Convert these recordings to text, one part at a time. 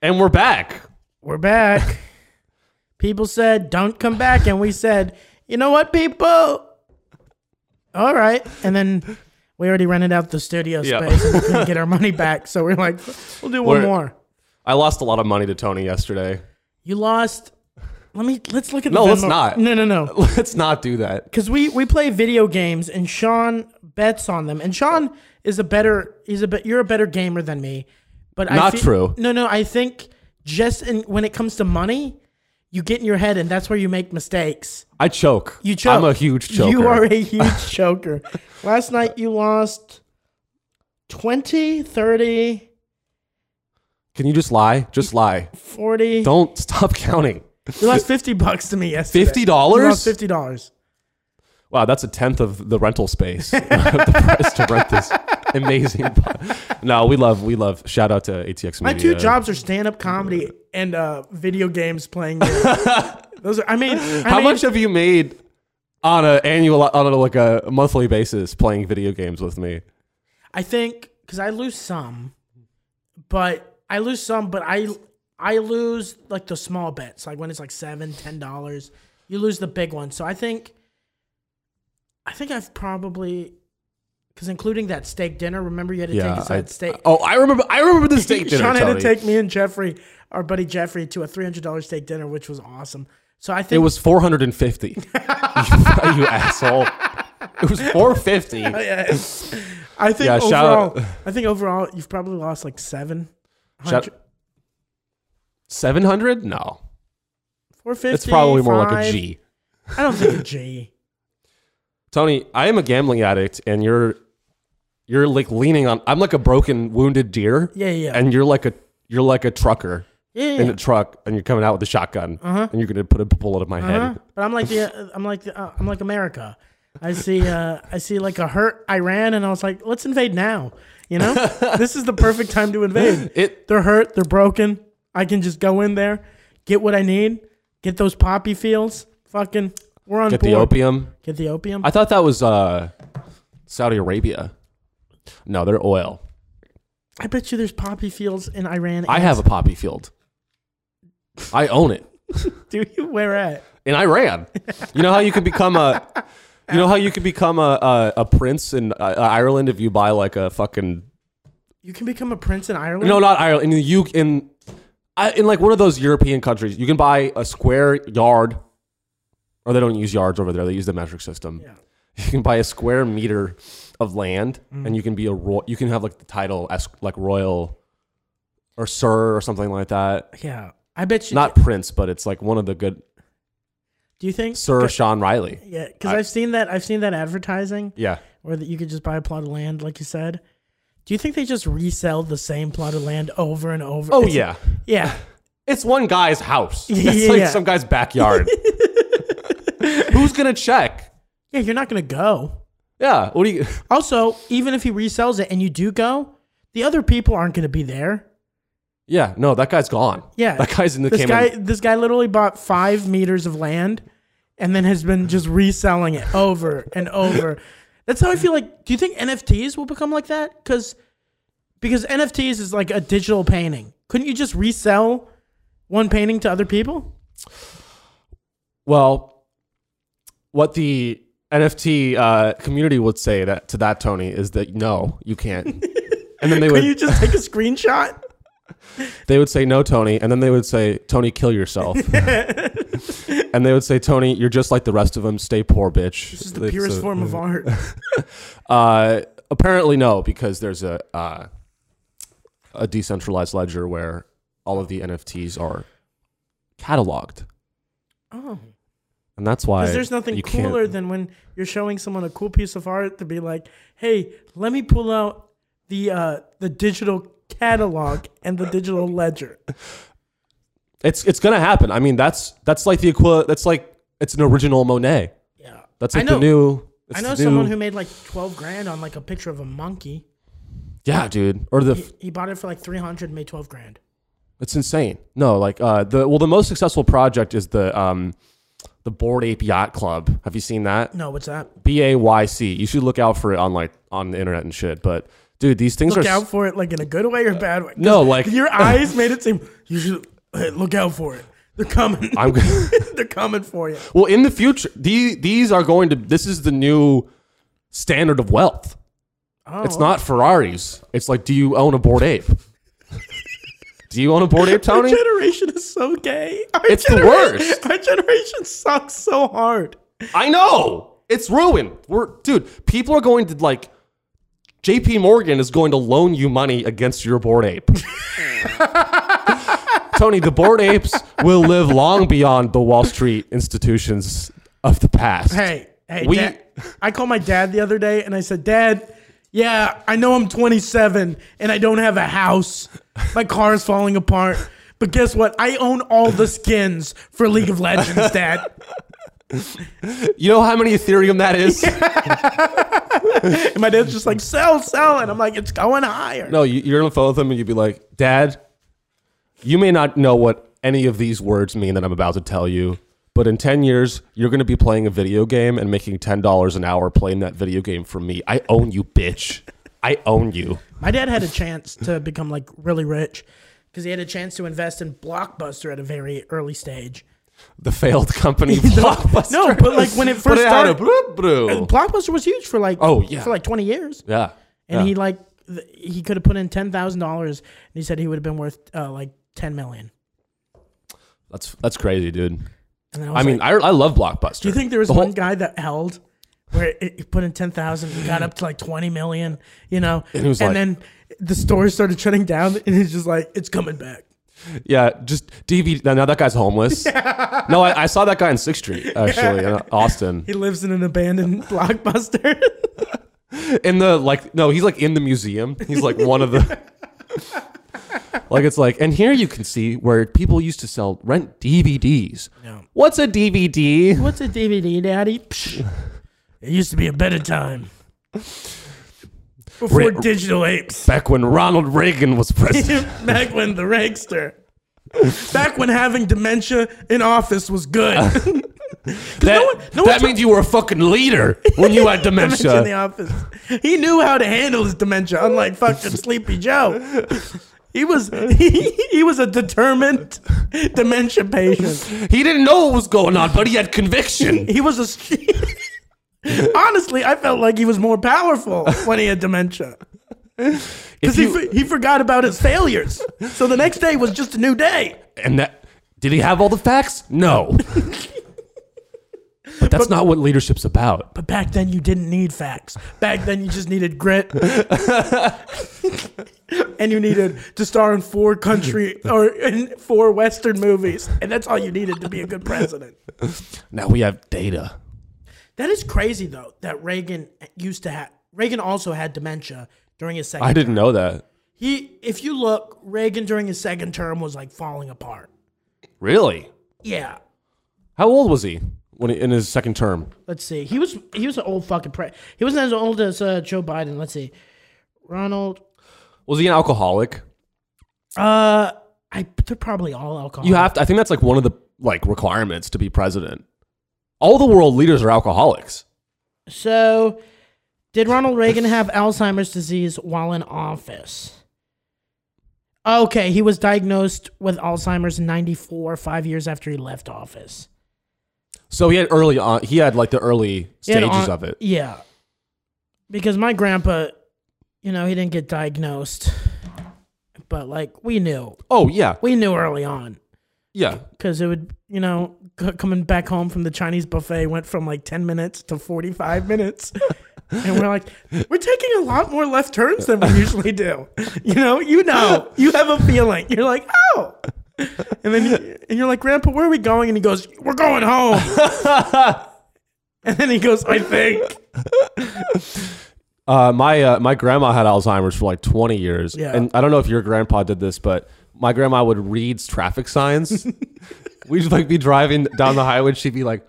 And we're back. We're back. people said, don't come back. And we said, you know what, people? All right. And then we already rented out the studio Yeah. space and couldn't get our money back. So we're like, we'll do one We're- more. I lost a lot of money to Tony yesterday. You lost. Let me, let's look at the No, let's Venmo. not. No, no, no. Let's not do that. because we we play video games and Sean bets on them, and Sean is a better he's a bet you're a better gamer than me, but I Not fe- true. No, no, I think just in, when it comes to money, you get in your head, and that's where you make mistakes. I choke. You choke. I'm a huge choker. You are a huge choker. Last night you lost 20, 30, Can you just lie? Just lie. 40. Don't stop counting. You lost 50 bucks to me yesterday. You $50? lost $50. Wow, that's a tenth of the rental space. the price to rent this amazing. po- No, we love, we love. Shout out to ATX My Media. two jobs are stand up comedy and uh, video games playing. games. Those are, I mean, I How mean, much have you made on an annual, on a, like a monthly basis, playing video games with me? I think because I lose some, but I lose some, but I I lose like the small bets, like when it's like seven, ten dollars. You lose the big one, so I think I think I've probably because including that steak dinner. Remember, you had to take us I- that steak. Oh, I remember. I remember the steak dinner. Sean had Tony. to take me and Jeffrey, our buddy Jeffrey, to a three hundred dollars steak dinner, which was awesome. So I think It was 450. you, you asshole. It was 450. Yes. I think Yeah, shout- overall, I think overall, you've probably lost like seven. Shout- 700? No. 450. It's probably more like a five. G. I don't think a G. Tony, I am a gambling addict and you're you're like leaning on I'm like a broken wounded deer. Yeah, yeah. And you're like a you're like a trucker Yeah, yeah, Uh-huh. in yeah. a truck and you're coming out with a shotgun and you're going to put a bullet in my Huh? head. But I'm like the I'm like the, uh, I'm like America. I see uh, I see like a hurt Iran, and I was like, let's invade now. You know, this is the perfect time to invade. It They're hurt. They're broken. I can just go in there, get what I need, get those poppy fields. Fucking, we're on get board. the opium. Get the opium. I thought that was uh Saudi Arabia. No, they're oil. I bet you there's poppy fields in Iran. I and- have a poppy field. I own it. Do you? Where at? in Iran. You know how you could become a, you know how you could become a a, a prince in uh, Ireland if you buy like a fucking You can become a prince in Ireland. no, not Ireland in the U in, I- in like one of those European countries you can buy a square yard, or they don't use yards over there. They use the metric system. Yeah. You can buy a square meter of land, Mm. and you can be a royal. You can have like the title as like royal, or sir, or something like that. Yeah, I bet you. Not prince, but it's like one of the good do you think Sir Sean Riley. Yeah, because I've seen that. I've seen that advertising Yeah. where that you could just buy a plot of land, like you said. Do you think they just resell the same plot of land over and over? Oh It's- yeah. yeah. It's one guy's house. It's Yeah. like some guy's backyard. Who's gonna check? Yeah, you're not gonna go. Yeah. What do you? Also, even if he resells it and you do go, the other people aren't gonna be there. Yeah. No, that guy's gone. Yeah, That guy's in the this Cayman. guy. This guy literally bought five meters of land, and then has been just reselling it over and over. That's how I feel like. Do you think NFTs will become like that? Because because NFTs is like a digital painting. Couldn't you just resell one painting to other people? Well, what the NFT uh, community would say that to that Tony is that no, you can't. And then they would Couldn't you just take a screenshot? they would say no, Tony, and then they would say Tony, kill yourself. and they would say Tony, you're just like the rest of them. Stay poor, bitch. This is the purest form of art. Uh, apparently no, because there's a uh, a decentralized ledger where all of the NFTs are cataloged, Oh, and that's why because there's nothing you can't- cooler than when you're showing someone a cool piece of art to be like, "Hey, let me pull out the uh, the digital catalog and the digital ledger." it's it's gonna happen. I mean, that's that's like the equivalent. That's like it's an original Monet. Yeah, That's I like know. the new. It's I know the new- someone who made like twelve grand on like a picture of a monkey. Yeah, dude. Or the. He, he bought it for like three hundred, made twelve grand. It's insane. No, like uh the well the most successful project is the um the Board Ape Yacht Club. Have you seen that? No, what's that? B A Y C. You should look out for it on like on the internet and shit. But dude, these things Look are. out s for it, like in a good way or bad way. 'Cause no, like- your eyes made it seem you should hey, look out for it. They're coming. I'm gonna- They're coming for you. well, in the future, these these are going to. This is the new standard of wealth. Oh, It's not Ferraris. It's like, do you own a board ape? do you own a board ape, Our Tony? generation is so gay. Our It's the genera- worst. Our generation sucks so hard. I know it's ruined. We're dude. People are going to like. J.P. Morgan is going to loan you money against your board ape. Tony, the board apes will live long beyond the Wall Street institutions of the past. Hey, hey, We- Dad. I called my dad the other day and I said, Dad, yeah, I know I'm 27 and I don't have a house. My car is falling apart. But guess what? I own all the skins for League of Legends, Dad. you know how many Ethereum that is? And my dad's just like, sell, sell. And I'm like, it's going higher. No, you, you're on the phone with him and you'd be like, Dad, you may not know what any of these words mean that I'm about to tell you, but in 10 years, you're going to be playing a video game and making $10 an hour playing that video game for me. I own you, bitch. I own you. My dad had a chance to become like really rich because he had a chance to invest in Blockbuster at a very early stage. The failed company blockbuster. No, but like when it But first it had a started, blue- blue. Blockbuster was huge for like Oh, yeah. for like 20 years. Yeah. and yeah. he like th- he could have put in ten thousand dollars, and he said he would have been worth uh, like ten million. that's that's crazy, dude. And then I was mean, like, I, I love Blockbuster. do you think there was the whole- one guy that held where it, he put in ten thousand and got up to like twenty million? You know, and, he was like- then the store started shutting down, and he's just like, "It's coming back." Yeah, just DVD. Now, now that guy's homeless. No, I, I saw that guy in Sixth Street actually, in Austin. He lives in an abandoned blockbuster. in the like no he's like in the museum he's like one of the like it's like and here you can see where people used to sell rent dvds No. what's a dvd What's a DVD, Daddy? Psh, it used to be a better time. Before Re- digital apes. back when ronald reagan was president back when the rankster. Back when having dementia in office was good. 'Cause Uh, that, no one- no that one means you were a fucking leader when you had dementia in the dementia office. He knew how to handle his dementia, unlike fucking Sleepy Joe. He was he, he was a determined dementia patient. he didn't know what was going on but he had conviction He was a s- Honestly, I felt like he was more powerful when he had dementia. If Because he, you- for- he forgot about his failures. So the next day was just a new day. and that did he have all the facts no but that's not what leadership's about But back then, you didn't need facts. Back then, you just needed grit. and you needed to star in four country or in four Western movies. And that's all you needed to be a good president. now we have data That is crazy, though, that Reagan used to have. Reagan also had dementia during his second i didn't know that He, if you look, Reagan during his second term was like falling apart. really Yeah. How old was he when he, in his second term? Let's see. He was he was an old fucking pre. He wasn't as old as uh, Joe Biden. Let's see. Ronald Was he an alcoholic? Uh, I they're probably all alcohol. You have to. I think that's like one of the like requirements to be president. All the world leaders are alcoholics. so, did Ronald Reagan have Alzheimer's disease while in office? Okay, he was diagnosed with Alzheimer's in '94, five years after he left office. So he had early on. He had like the early He had stages on- of it. Yeah, because my grandpa, you know, he didn't get diagnosed, but like we knew, Oh yeah, we knew early on. yeah. because it would you know c- coming back home from the chinese buffet went from like 10 minutes to 45 minutes and we're like we're taking a lot more left turns than we usually do you know you know you have a feeling you're like oh and then you, and you're like grandpa where are we going and he goes we're going home and then he goes i think Uh, my uh, my grandma had Alzheimer's for like 20 years, Yeah. and I don't know if your grandpa did this, but my grandma would read traffic signs. We'd like be driving down the highway, and she'd be like,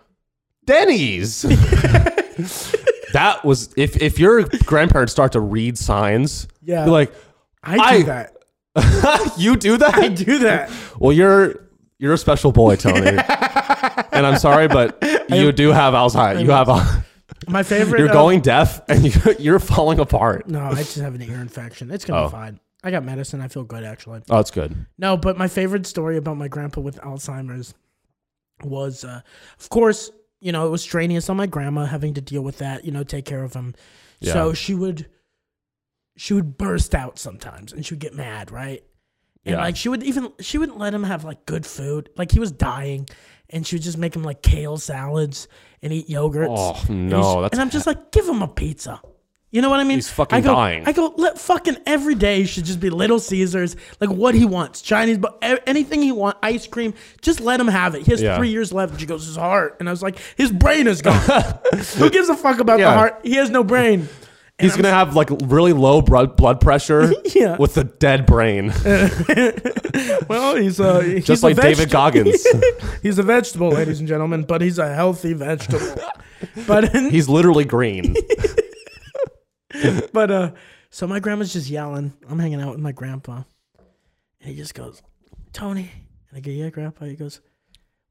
"Denny's." that was if if your grandparents start to read signs, Yeah. you're like i do I- that you do that. i do that Well, you're you're a special boy, Tony, and I'm sorry, but you do have Alzheimer's. You have. Al- My favorite. You're uh, going deaf and you, you're falling apart. No, I just have an ear infection. It's gonna Oh. be fine. I got medicine. I feel good actually. Oh, it's good. No, but my favorite story about my grandpa with Alzheimer's was, uh, of course, you know, it was strenuous on my grandma having to deal with that, you know, take care of him. So Yeah. she would, she would burst out sometimes and she would get mad, right? And Yeah. like she would even, she wouldn't let him have like good food. Like he was dying and she would just make him like kale salads and eat yogurts. Oh, And no, he's- that's And I'm just like, give him a pizza. You know what I mean? He's fucking I go, dying. I I go, let fucking every day should just be Little Caesars, like what he wants, Chinese, but e- anything he wants, ice cream, just let him have it. He has Yeah. three years left. She goes, his heart, and I was like, his brain is gone. Who gives a fuck about Yeah. the heart? He has no brain. He's gonna have like really low blood blood pressure Yeah. with a dead brain, Well, he's uh, he's just a like David vegetable. Goggins. He's a vegetable, ladies and gentlemen, but he's a healthy vegetable. but He's literally green. but uh so my grandma's just yelling. I'm hanging out with my grandpa. And he just goes, Tony. And I go, Yeah, grandpa. He goes,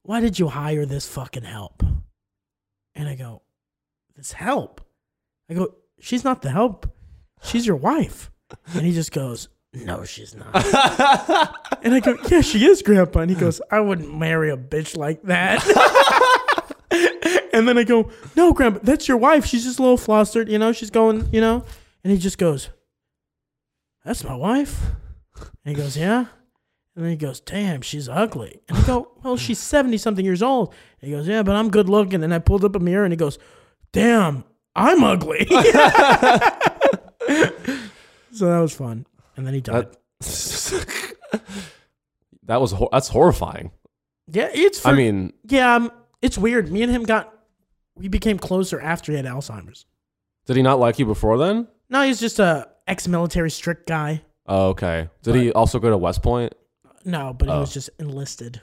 Why did you hire this fucking help? And I go, This help? I go, She's not the help. She's your wife. And he just goes, No, she's not. and I go, Yeah, she is, grandpa. And he goes, I wouldn't marry a bitch like that. And then I go, no, Grandpa, that's your wife. She's just a little flustered, you know. She's going, you know. And he just goes, that's my wife. And he goes, yeah. And then he goes, damn, she's ugly. And I go, well, she's seventy something years old. And he goes, yeah, but I'm good looking. And I pulled up a mirror, and he goes, damn, I'm ugly. so that was fun. And then he died. That- that was hor- that's horrifying. yeah, it's. For, I mean, yeah, um, it's weird. Me and him got, we became closer after he had Alzheimer's. did he not like you before then? No, he's just a ex-military strict guy. Oh, okay. Did he also go to West Point? No, but he Oh. was just enlisted.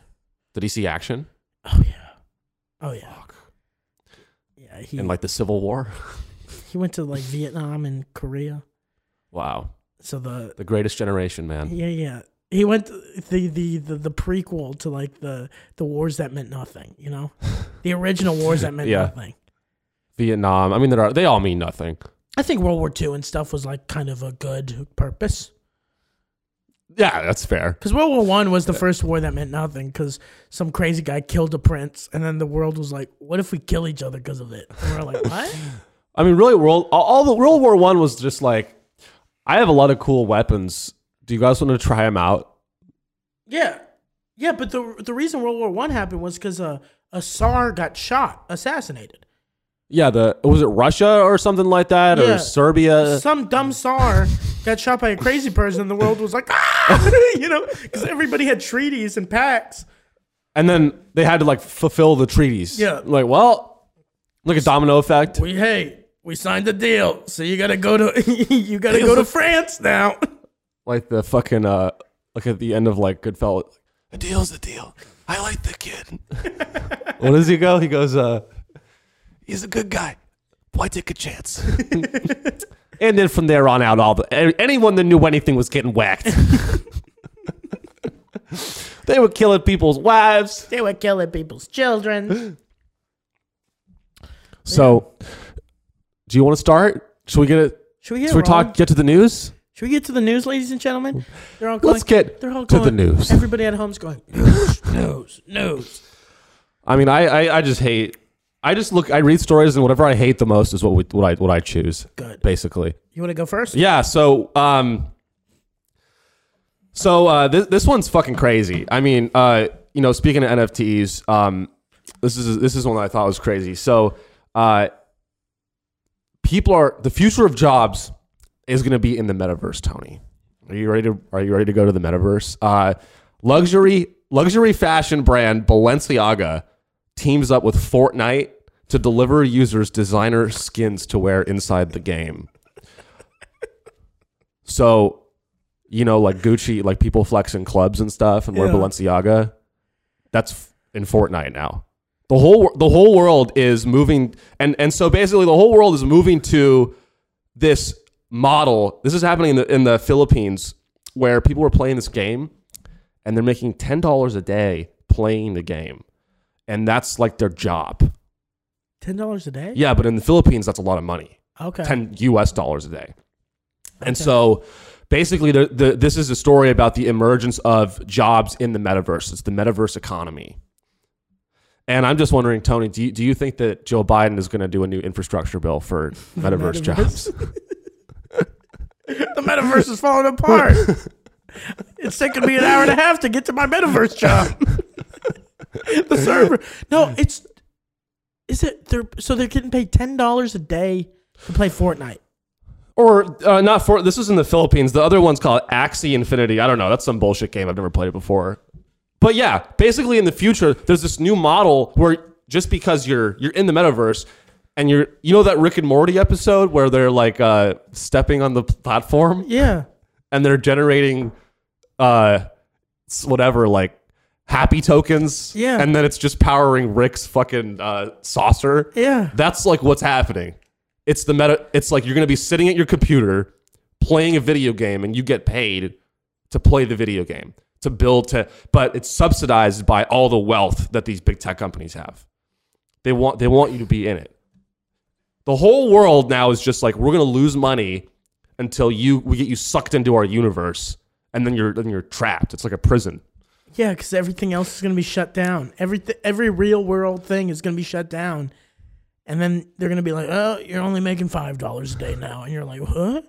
Did he see action Oh yeah, oh yeah, yeah. He in like the Civil War? he went to like Vietnam and Korea. Wow, So the the Greatest Generation, man. yeah yeah he went to the the the, the prequel to like the the wars that meant nothing. You know, the original wars that meant Yeah. nothing. Vietnam. I mean, there are they all mean nothing. I think World War II and stuff was like kind of a good purpose Yeah, that's fair. because World War One was the first war that meant nothing because some crazy guy killed a prince and then the world was like, what if we kill each other because of it? And we're like, what? I mean, really, world all- all the World War One was just like, I have a lot of cool weapons. Do you guys want to try them out? Yeah, yeah, but the the reason World War One happened was because a a Tsar got shot, assassinated. Yeah, the was it Russia or something like that Yeah. or Serbia? Some dumb Tsar got shot by a crazy person, and the world was like, ah, you know, because everybody had treaties and pacts. And then they had to like fulfill the treaties. Yeah. like well, like a domino effect. We hey, we signed the deal, so you gotta go to you gotta go to France now. like the fucking uh like at the end of like Goodfellas. The deal's the deal. I like the kid. what does he go? He goes, uh he's a good guy. Why take a chance? and then from there on out all the a- anyone that knew anything was getting whacked. they were killing people's wives. They were killing people's children. So do you want to start? Should we get it? Should we get Should we talk get to the news? Should we get to the news, ladies and gentlemen? They're all going, Let's get they're all to going, the news. Everybody at home's going news, news, news. I mean, I, I, I just hate. I just look. I read stories, and whatever I hate the most is what we, what I what I choose. Good. basically. You want to go first? Yeah. So, um, so uh, this this one's fucking crazy. I mean, uh, you know, speaking of NFTs, um, this is this is one that I thought was crazy. So, uh, people are the future of jobs is going to be in the metaverse. Tony, are you ready to are you ready to go to the metaverse? Uh, luxury luxury fashion brand Balenciaga teams up with Fortnite to deliver users designer skins to wear inside the game. So, you know, like Gucci, like people flex in clubs and stuff, and wear Yeah. Balenciaga. That's f- in Fortnite now. The whole wor- the whole world is moving, and and so basically the whole world is moving to this model. This is happening in the in the Philippines where people are playing this game, and they're making ten dollars a day playing the game, and that's like their job. Ten dollars a day. Yeah, but in the Philippines, that's a lot of money. Okay. 10 US dollars a day. And so basically, the, the, this is a story about the emergence of jobs in the metaverse. It's the metaverse economy. And I'm just wondering, Tony, do you, do you think that Joe Biden is going to do a new infrastructure bill for metaverse, Metaverse. jobs? The metaverse is falling apart. it's taking me an hour and a half to get to my metaverse job. the server. No, it's. Is it? They're so they're getting paid ten dollars a day to play Fortnite. or uh, not for this is in the Philippines. The other one's called Axie Infinity. I don't know. That's some bullshit game. I've never played it before. But yeah, basically in the future, there's this new model where just because you're you're in the metaverse and you're you know that Rick and Morty episode where they're like uh, stepping on the platform Yeah. and they're generating uh s- whatever like happy tokens Yeah. and then it's just powering Rick's fucking uh, saucer. Yeah. That's like what's happening. It's the meta. It's like you're going to be sitting at your computer playing a video game, and you get paid to play the video game to build to. But it's subsidized by all the wealth that these big tech companies have. They want they want you to be in it. The whole world now is just like we're going to lose money until you we get you sucked into our universe, and then you're then you're trapped. It's like a prison. Yeah, because everything else is going to be shut down. Every every real world thing is going to be shut down, and then they're going to be like, "Oh, you're only making five dollars a day now," and you're like, "Huh?"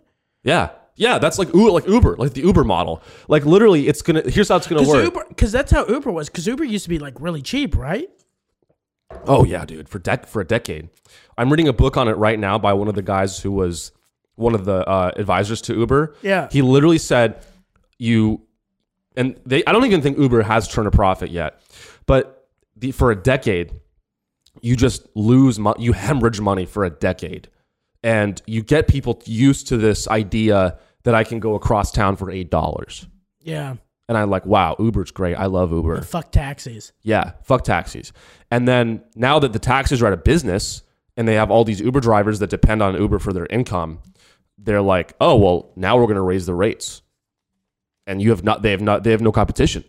Yeah. Yeah, that's like U- like Uber, like the Uber model. Like literally, it's gonna. Here's how it's gonna work. Because Uber, because that's how Uber was. Because Uber used to be like really cheap, right? Oh yeah, dude, for dec- for a decade. I'm reading a book on it right now by one of the guys who was one of the uh, advisors to Uber. Yeah. he literally said, "You," and they. I don't even think Uber has turned a profit yet, but the, for a decade, you just lose mo- you hemorrhage money for a decade, and you get people used to this idea that I can go across town for eight dollars. Yeah. And I'm like, wow, Uber's great. I love Uber. Fuck taxis. Yeah, fuck taxis. And then now that the taxis are out of business and they have all these Uber drivers that depend on Uber for their income, they're like, oh well, now we're going to raise the rates, and you have not. They have not. They have no competition.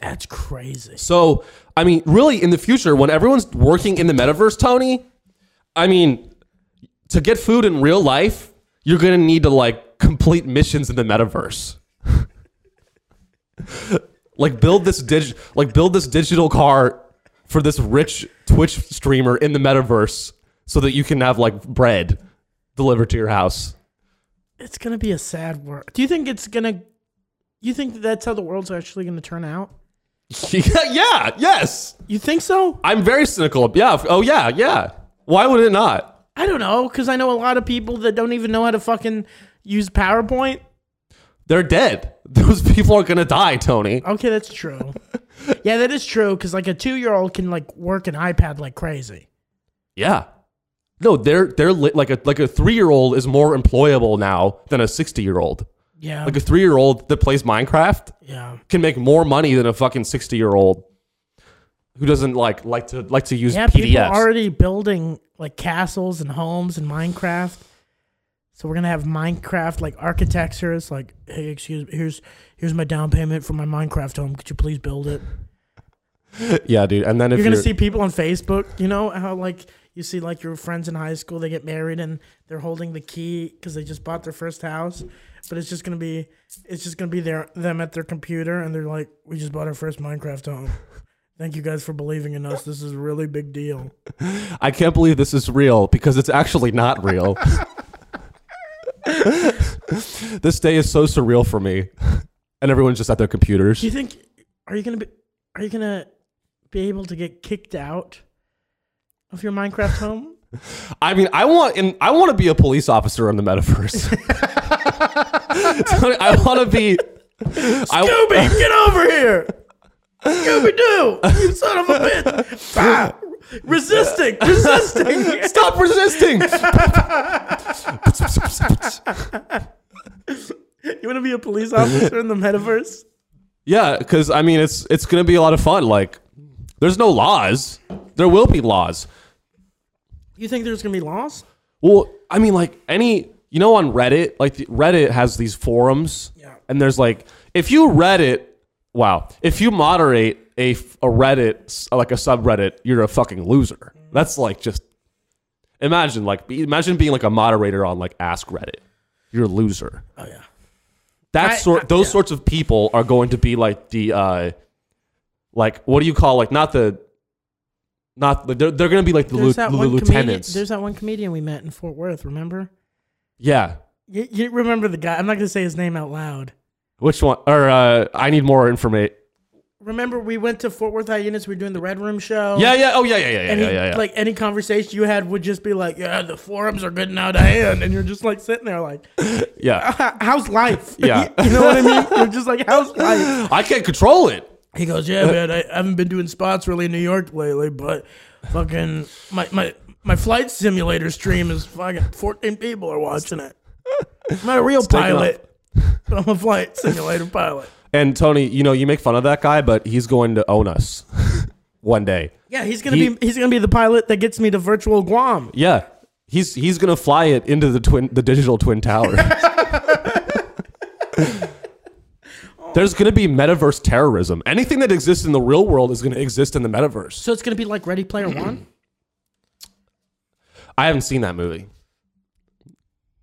That's crazy. So I mean, really, in the future, when everyone's working in the metaverse, Tony, I mean, to get food in real life, you're going to need to like complete missions in the metaverse. like build this dig- like build this digital car for this rich Twitch streamer in the metaverse so that you can have like bread delivered to your house. It's gonna be a sad world. Do you think it's gonna? You think that that's how the world's actually gonna turn out? yeah, yeah, yes. You think so? I'm very cynical. Yeah, oh yeah, yeah. Why would it not? I don't know, because I know a lot of people that don't even know how to fucking use PowerPoint. They're dead. Those people are gonna die, Tony. Okay, that's true. yeah, that is true. Because like a two-year-old can like work an iPad like crazy. Yeah. No, they're they're li- like a like a three year old is more employable now than a sixty year old. Yeah. Like a three year old that plays Minecraft yeah. can make more money than a fucking sixty year old who doesn't like like to like to use Yeah. People PDFs. are already building like castles and homes in Minecraft. So we're gonna have Minecraft like architecture. It's like, hey, excuse me, here's here's my down payment for my Minecraft home. Could you please build it? yeah, dude. And then if you're you're, gonna see people on Facebook. You know how like you see like your friends in high school they get married and they're holding the key because they just bought their first house, but it's just gonna be it's just gonna be their them at their computer and they're like, we just bought our first Minecraft home. Thank you guys for believing in us. This is a really big deal. I can't believe this is real because it's actually not real. this day is so surreal for me, and everyone's just at their computers. Do you think are you gonna be are you gonna be able to get kicked out of your Minecraft home? I mean, I want and I want to be a police officer in the metaverse. Tony, I want to be. I, Scooby, get over here! Scooby Doo, you son of a bitch! Ah, resisting, resisting. stop resisting. You want to be a police officer in the metaverse? yeah, because I mean, it's it's gonna be a lot of fun. Like, there's no laws. There will be laws. You think there's gonna be laws? Well, I mean, like any, you know, on Reddit, like the- Reddit has these forums, Yeah. and there's like, if you Reddit, wow, if you Mm. moderate a f- a Reddit s- like a subreddit, you're a fucking loser. That's like just Imagine like be- imagine being like a moderator on like Ask Reddit. You're a loser. Oh yeah. That I- sort I- those yeah. sorts of people are going to be like the uh like what do you call like not the not the, they're they're going to be like the, lu- There's that, the one lieutenants. Comedian, there's that one comedian we met in Fort Worth. Remember? yeah. You, you remember the guy? I'm not gonna say his name out loud. Which one? Or uh I need more information. Remember we went to Fort Worth Hyenas. We were doing the Red Room show. Yeah, yeah. Oh yeah, yeah, yeah, yeah, And yeah, he- yeah. like any conversation you had would just be like, yeah, the forums are getting out of hand, and you're just like sitting there like, yeah. how's life? Yeah. you know what I mean? You're just like, how's life? I can't control it. He goes, "Yeah, man, I haven't been doing spots really in New York lately, but fucking my my my flight simulator stream is fucking fourteen people are watching it. I'm not a real taken pilot, but I'm a flight simulator pilot. And Tony, you know, you make fun of that guy, but he's going to own us one day. Yeah, he's gonna He- be he's gonna be the pilot that gets me to virtual Guam. Yeah. He's he's gonna fly it into the twin the digital twin tower. There's gonna be metaverse terrorism. Anything that exists in the real world is gonna exist in the metaverse. So it's gonna be like Ready Player One. I haven't seen that movie.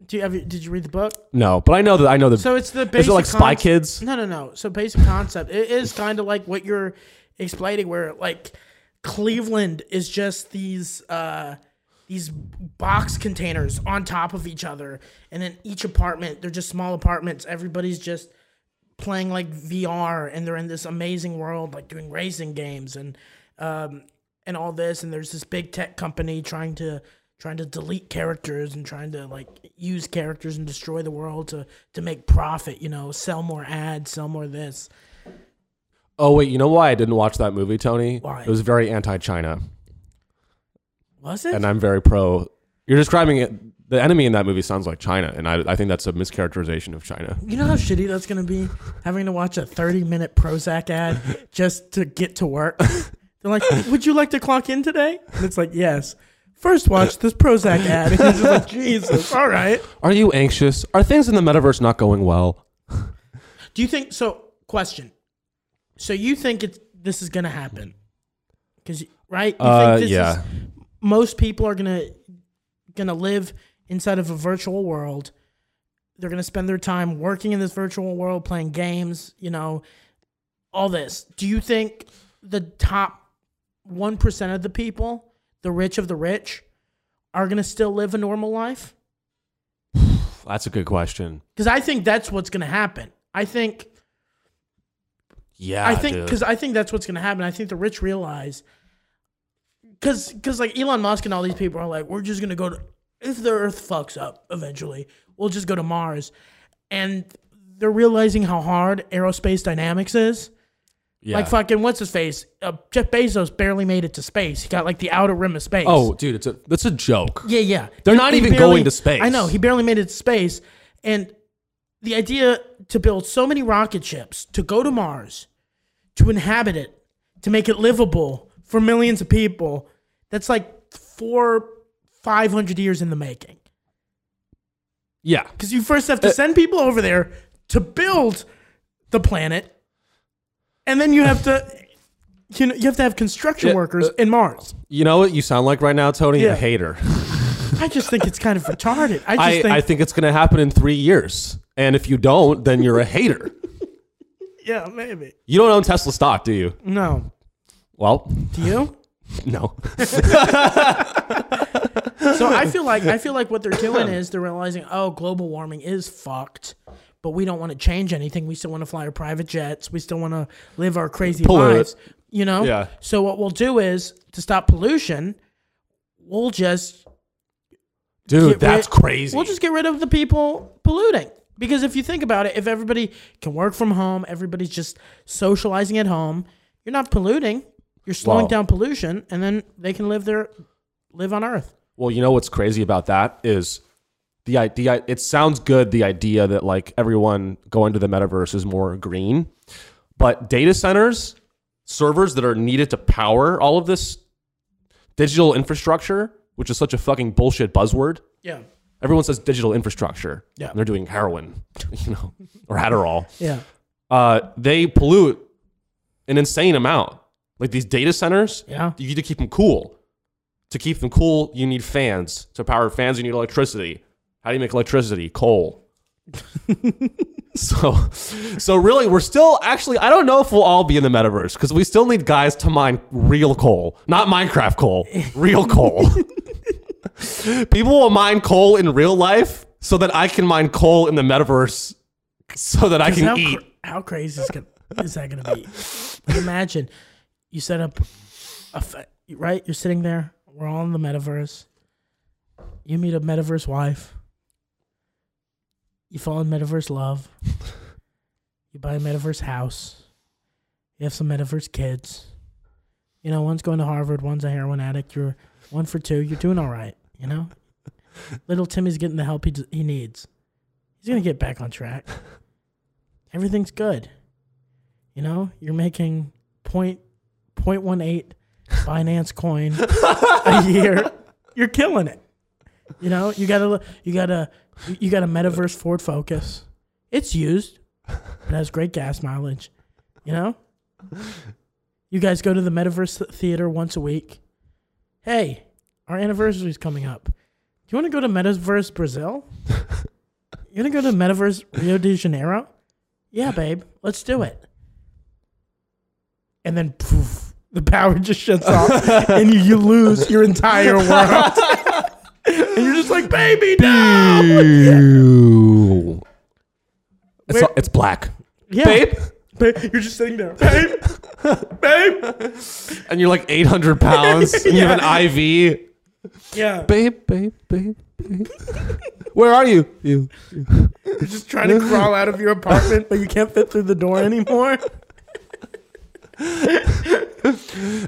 Do you have you, did you read the book? No, but I know that I know that So it's the basic is it like Spy conce- Kids? No, no, no. So basic concept. It is kind of like what you're explaining, where like Cleveland is just these uh, these box containers on top of each other, and then each apartment they're just small apartments. Everybody's just playing like VR, and they're in this amazing world, like doing racing games and um, and all this. And there's this big tech company trying to trying to delete characters and trying to like use characters and destroy the world to to make profit. You know, sell more ads, sell more this. Oh wait, you know why I didn't watch that movie, Tony? Why? It was very anti-China, Was it? and I'm very pro. You're describing it. The enemy in that movie sounds like China, and I, I think that's a mischaracterization of China. you know how shitty that's gonna be having to watch a thirty minute Prozac ad just to get to work. They're like, "Would you like to clock in today?" And it's like, "Yes." First, watch this Prozac ad. And you're just like, Jesus, all right. Are you anxious? Are things in the metaverse not going well? Do you think so? Question. So you think it's this is gonna happen? Because right, you Uh, think yeah. Is, most people are gonna gonna live inside of a virtual world. They're gonna spend their time working in this virtual world, playing games. You know, all this. Do you think the top one percent of the people, the rich of the rich, are gonna still live a normal life? That's a good question. Because I think that's what's gonna happen. I think Yeah, I think because I think that's what's going to happen. I think the rich realize because because like Elon Musk and all these people are like, we're just going to go to if the Earth fucks up eventually, we'll just go to Mars, and they're realizing how hard aerospace dynamics is. yeah. Like fucking what's his face? Uh, Jeff Bezos barely made it to space. He got like the outer rim of space. oh, dude, it's a that's a joke. Yeah, yeah. They're not even going to space. I know. He barely made it to space. And the idea to build so many rocket ships to go to Mars, to inhabit it, to make it livable for millions of people, that's like four, 500 years in the making. Yeah, Because you first Uh, have to send people over there to build the planet. And then you have to. You know, you have to have construction Yeah, workers uh, in Mars. you know what you sound like right now, Tony? Yeah. A hater. I just think it's kind of retarded. I just I, think, I think it's gonna happen in three years, and if you don't, then you're a hater. yeah, maybe. You don't own Tesla stock, do you? No. Well, Do you? no. so I feel like I feel like what they're doing is they're realizing, oh, global warming is fucked, but we don't want to change anything. We still want to fly our private jets. We still want to live our crazy Pollute. lives. You know? Yeah. So what we'll do is to stop pollution, we'll just Dude, get rid- that's crazy. We'll just get rid of the people polluting. Because if you think about it, if everybody can work from home, everybody's just socializing at home, you're not polluting. You're slowing Wow. down pollution and then they can live their live on earth. Well, you know what's crazy about that is the idea. It sounds good, the idea that like everyone going to the metaverse is more green, but data centers, servers that are needed to power all of this digital infrastructure, which is such a fucking bullshit buzzword. Yeah. Everyone says digital infrastructure. Yeah. and they're doing heroin, you know, or Adderall. Yeah. Uh, they pollute an insane amount. Like these data centers, Yeah. you need to keep them cool. To keep them cool, you need fans. To power fans, you need electricity. How do you make electricity? Coal. so, so really, we're still actually. I don't know if we'll all be in the metaverse because we still need guys to mine real coal, not Minecraft coal, real coal. People will mine coal in real life so that I can mine coal in the metaverse, so that I how, can cra- eat. how crazy is, gonna, is that going to be? Like, imagine you set up a fa- right. You're sitting there. We're all in the metaverse. You meet a metaverse wife. You fall in metaverse love. You buy a metaverse house. You have some metaverse kids. You know, one's going to Harvard, one's a heroin addict. You're one for two. You're doing all right. You know, little Timmy's getting the help he d- he needs. He's gonna get back on track everything's good. You know, you're making point point one eight Binance coin a year. You're killing it. You know, you got a you got a you got a metaverse Ford Focus. It's used. It has great gas mileage. You know, you guys go to the metaverse theater once a week. Hey, our anniversary's coming up. Do you want to go to Metaverse Brazil? You want to go to Metaverse Rio de Janeiro? Yeah, babe, let's do it. And then poof, the power just shuts off, and you, you lose your entire world. and you're just like, baby, no. Ew. It's, Where- it's black, Yeah. babe, Babe, You're just sitting there, babe, babe. and you're like 800 pounds. and You have an IV, Yeah, babe, babe, babe, babe. Where are you? You. you're just trying to crawl out of your apartment, but you can't fit through the door anymore.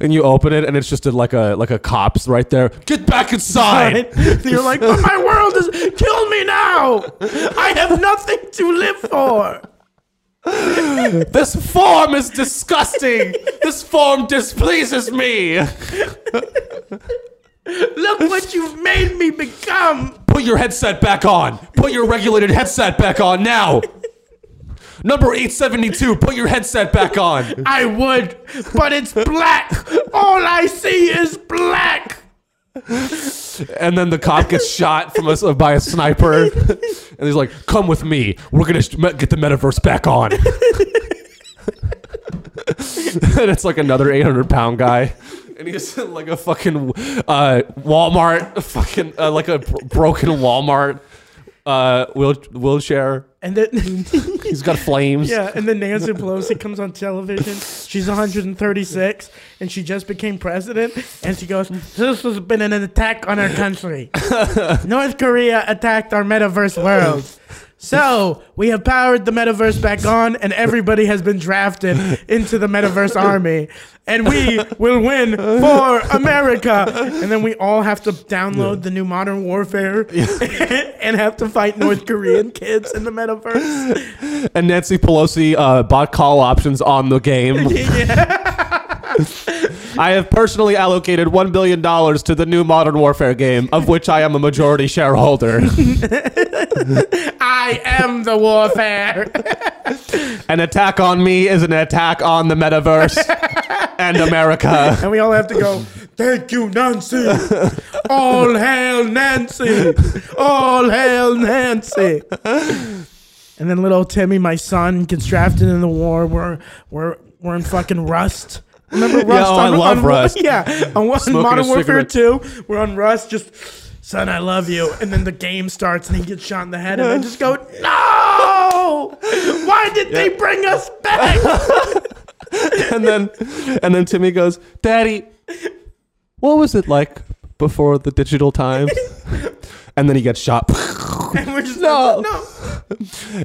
and you open it and it's just a, like a like a cops right there get back inside Right? You're like, but my world is kill me now. I have nothing to live for. this form is disgusting this form displeases me Look what you've made me become. put your headset back on put your regulated headset back on now number 872 put your headset back on I would, but it's black. All I see is black. and then the cop gets shot from us by a sniper and he's like come with me we're gonna sh- me- get the metaverse back on and it's like another 800 pound guy and he's in like a fucking uh, walmart fucking uh, like a bro- broken walmart uh, wheel- wheelchair And then, he's got flames yeah, and then Nancy Pelosi comes on television. She's 136, and she just became president. And she goes, "This has been an attack on our country. North Korea attacked our metaverse world." So we have powered the metaverse back on, and everybody has been drafted into the metaverse army, and we will win for America. And then we all have to download the new Modern Warfare and have to fight North Korean kids in the metaverse. and nancy pelosi uh, bought call options on the game Yeah. i have personally allocated $1 billion to the new modern warfare game of which i am a majority shareholder I am the warfare. An attack on me is an attack on the metaverse and America. And we all have to go, thank you, Nancy. All hail Nancy. All hail Nancy. And then little Timmy, my son, gets drafted in the war. We're, we're, we're in fucking Rust. Remember Rust? oh, I love on- Rust. Yeah. On, on a Modern Warfare cigarette. 2, we're on Rust, just, son, I love you. And then the game starts and he gets shot in the head and I just go, no! Why did they bring us back? And then and then Timmy goes, "Daddy, what was it like before the digital times?" And then he gets shot. and we're just, No. no.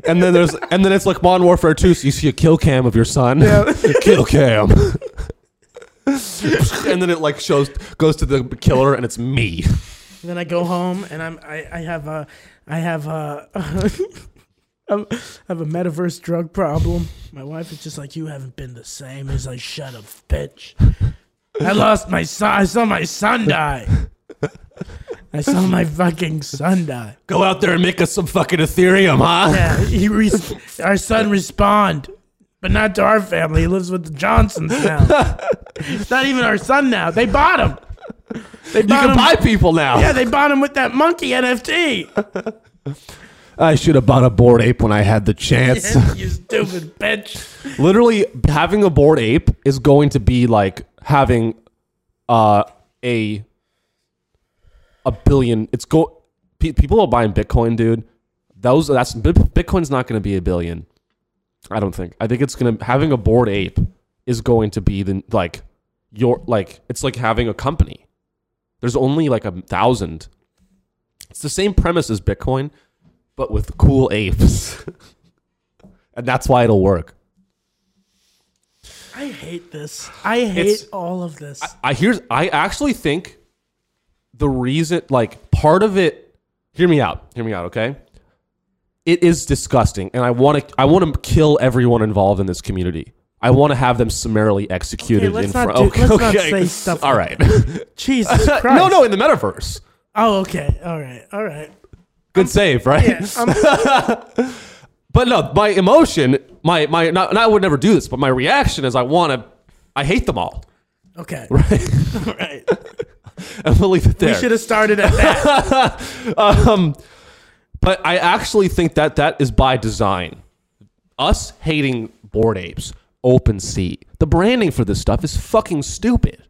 And then there's and then it's like Modern Warfare 2, so you see a kill cam of your son. kill cam. and then it like shows goes to the killer and it's me. And then I go home and I'm I, I have a I have a I'm- I have a metaverse drug problem. My wife is just like you haven't been the same. It's like shut up, bitch. I lost my son. I saw my son die. I saw my fucking son die. Go out there and make us some fucking Ethereum, huh? Yeah, he re- our son respond, but not to our family. He lives with the Johnsons now. it's not even our son now. They bought him. They You can buy people now. Yeah, they bought him with that monkey NFT. I should have bought a board ape when I had the chance. you stupid bitch. Literally, having a board ape is going to be like having uh, a a billion. It's go. Pe- people are buying Bitcoin, dude. Those that's Bit- Bitcoin's not going to be a billion. I don't think. I think it's gonna having a board ape is going to be the like your like it's like having a company. There's only like a thousand. It's the same premise as Bitcoin, but with cool apes. and that's why it'll work. I hate this. I hate It's- all of this. I here's I actually think the reason like part of it hear me out. Hear me out, okay? It is disgusting and I want to I want to kill everyone involved in this community. I want to have them summarily executed let's in not front do- let's not say stuff All like right. Jesus Christ. no, no, in the metaverse. Oh, okay. All right. All right. Good save, right? Yeah, I'm- But no, my emotion, my my not, and I would never do this, but my reaction is I want to I hate them all. okay. Right? All right. and we'll leave it there. We should have started at that. But I actually think that that is by design. Us hating board apes, OpenSea. The branding for this stuff is fucking stupid.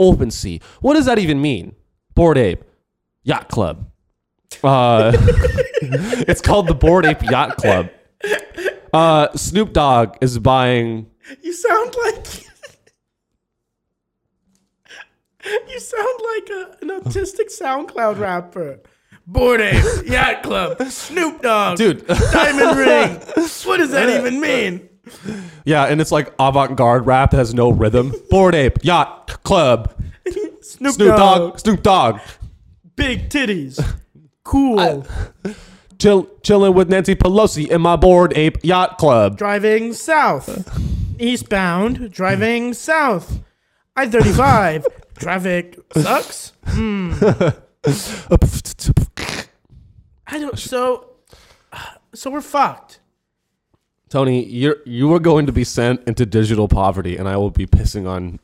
OpenSea. What does that even mean? Board ape, yacht club. Uh, it's called the Board Ape Yacht Club. Uh, Snoop Dogg is buying. You sound like. You sound like a, an autistic SoundCloud rapper. Board Apes, Yacht Club, Snoop Dogg, Dude. Diamond Ring. What does that even mean? Yeah, and it's like avant garde rap that has no rhythm. Board Ape Yacht Club. Snoop, Snoop Dogg, Dogg. Snoop Dogg. big titties, cool, Chill, chilling with Nancy Pelosi in my Board Ape Yacht Club. driving south, eastbound, driving south, I thirty five, traffic sucks. I don't. So, so we're fucked. Tony, you're you are going to be sent into digital poverty, and I will be pissing on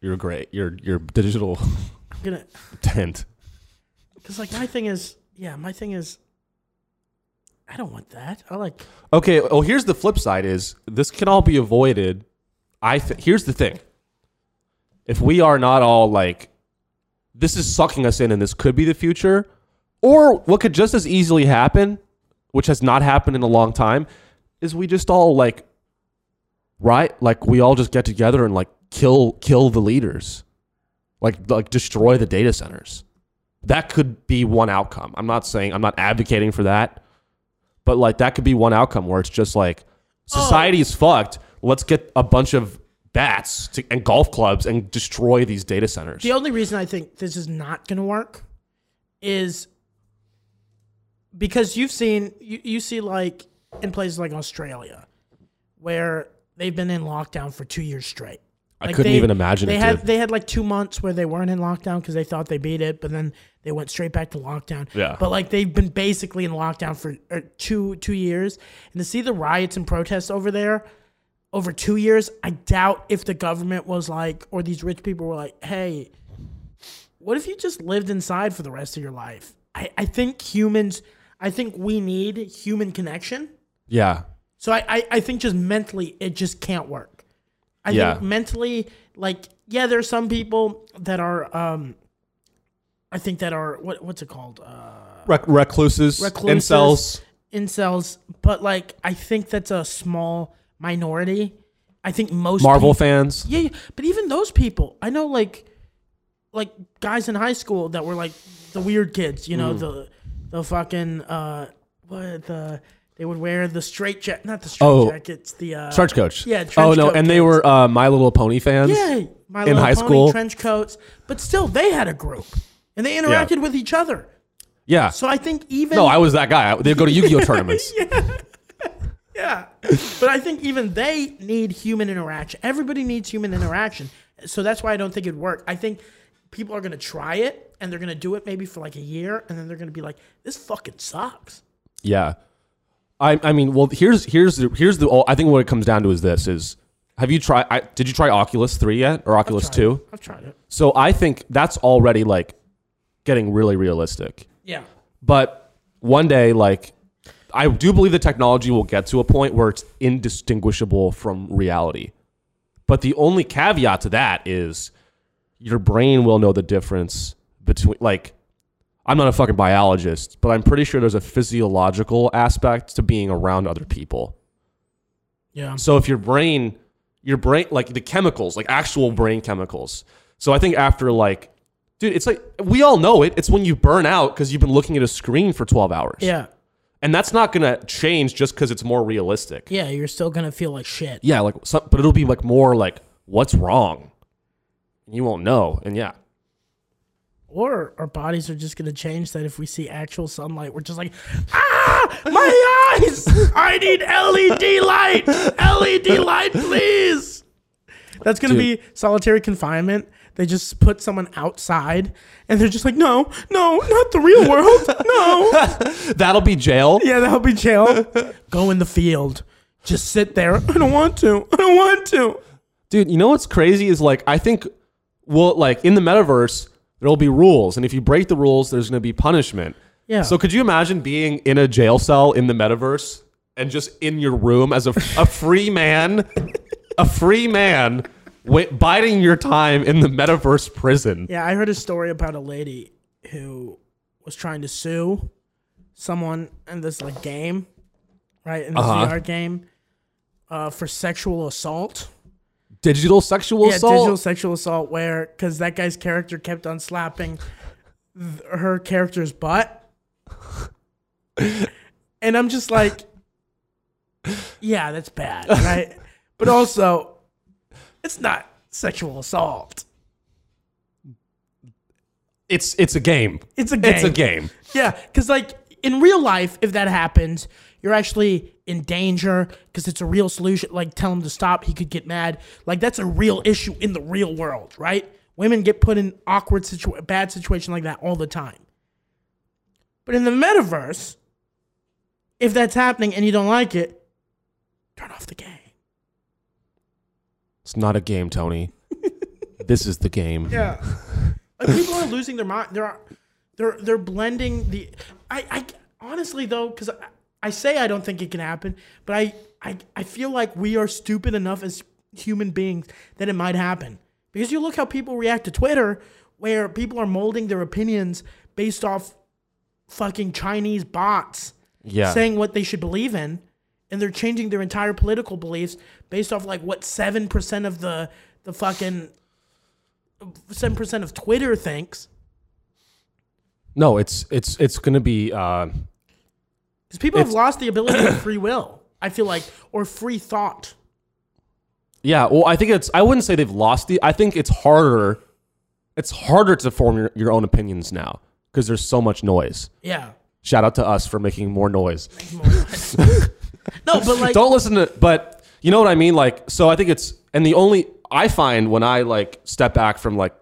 your great your your digital I'm gonna. tent. Because like my thing is, yeah, my thing is, I don't want that. I like Okay. Well, here's the flip side: is this can all be avoided? I th- here's the thing: if we are not all like, this is sucking us in, and this could be the future, or what could just as easily happen, which has not happened in a long time, is we just all like, right? Like we all just get together and like kill kill the leaders, like like destroy the data centers. That could be one outcome. I'm not saying I'm not advocating for that. But like that could be one outcome where it's just like society is fucked. Let's get a bunch of bats to, and golf clubs and destroy these data centers. the only reason I think this is not gonna work is because you've seen you, you see like in places like Australia where they've been in lockdown for two years straight. I couldn't even imagine they it, had dude. they had like two months where they weren't in lockdown because they thought they beat it, but then they went straight back to lockdown. Yeah. But like they've been basically in lockdown for uh, two two years, and to see the riots and protests over there over two years, I doubt if the government was like or these rich people were like, hey, what if you just lived inside for the rest of your life? I, I think humans, I think we need human connection. yeah. So I, I, I think just mentally it just can't work. I Yeah. think mentally, like, yeah, there are some people that are um I think that are what what's it called? Uh Rec- recluses, Recluses. incels. incels, but like I think that's a small minority. I think most Marvel peop- fans. yeah, yeah, but even those people, I know like like guys in high school that were like the weird kids, you know, Mm. the the fucking uh what the they would wear the straight jacket, not the straight Oh. jackets, the uh Trench coach. Yeah, Oh trench no, coat and they kids. were uh, My Little Pony fans. yeah, my in Little high Pony, school. trench coats, but still they had a group and they interacted with each other. Yeah. So I think even no, I was that guy. They go to Yu-Gi-Oh tournaments. Yeah. But I think even they need human interaction. Everybody needs human interaction. So that's why I don't think it'd work. I think people are going to try it and they're going to do it maybe for like a year and then they're going to be like, this fucking sucks. oh, Yeah, I I mean, well, here's here's the, here's the. I think what it comes down to is this: is Have you tried? I, did you try Oculus Three yet or Oculus Tried it. Two? I've tried it. So I think that's already like getting really realistic. Yeah. But one day, like, I do believe the technology will get to a point where it's indistinguishable from reality. But the only caveat to that is your brain will know the difference between, like, I'm not a fucking biologist, but I'm pretty sure there's a physiological aspect to being around other people. Yeah. So if your brain, your brain, like the chemicals, like actual brain chemicals. So I think after like, dude, it's like we all know it. It's when you burn out because you've been looking at a screen for twelve hours. Yeah. and that's not gonna change just because it's more realistic. Yeah. You're still gonna feel like shit. Yeah, like some, but it'll be like more like what's wrong. You won't know, and yeah, Or our bodies are just gonna change that if we see actual sunlight, we're just like, ah, my eyes! I need LED light, LED light, please. That's gonna be solitary confinement. They just put someone outside, and they're just like, no, no, not the real world, no. that'll be jail. Yeah, that'll be jail. Go in the field. Just sit there. I don't want to. I don't want to. Dude, you know what's crazy is like I think well like in the metaverse there'll be rules and if you break the rules there's going to be punishment. Yeah. So could you imagine being in a jail cell in the metaverse and just in your room as a, a free man, a free man wi- biding your time in the metaverse prison? Yeah, I heard a story about a lady who was trying to sue someone in this like game, right? In this Uh-huh. VR game, uh, for sexual assault. Digital sexual Yeah, assault? digital sexual assault, where because that guy's character kept on slapping th- her character's butt, and I'm just like, yeah, that's bad, right? But also, it's not sexual assault. it's it's a game. It's a game. It's a game. Yeah, because like in real life, if that happens, you're actually in danger because it's a real solution. Like tell him to stop, he could get mad. Like that's a real issue in the real world, right? Women get put in awkward situ- bad situation like that all the time. But in the metaverse, if that's happening and you don't like it, turn off the game. It's not a game, Tony. this is the game. Yeah. like people are losing their mind. They're they're they're blending the. I I honestly though, because I, I say I don't think it can happen, but I I I feel like we are stupid enough as human beings that it might happen. Because you look how people react to Twitter, where people are molding their opinions based off fucking Chinese bots Yeah. saying what they should believe in and they're changing their entire political beliefs based off like what 7% of the the fucking 7% of Twitter thinks No, it's it's it's going to be uh cuz people have lost the ability to free will. I feel like or free thought. Yeah, well, I think it's. I wouldn't say they've lost the. I think it's harder. It's harder to form your, your own opinions now because there's so much noise. Yeah. Shout out to us for making more noise. No, but like Don't listen to. But you know what I mean. Like, so I think it's. And the only I find when I like step back from like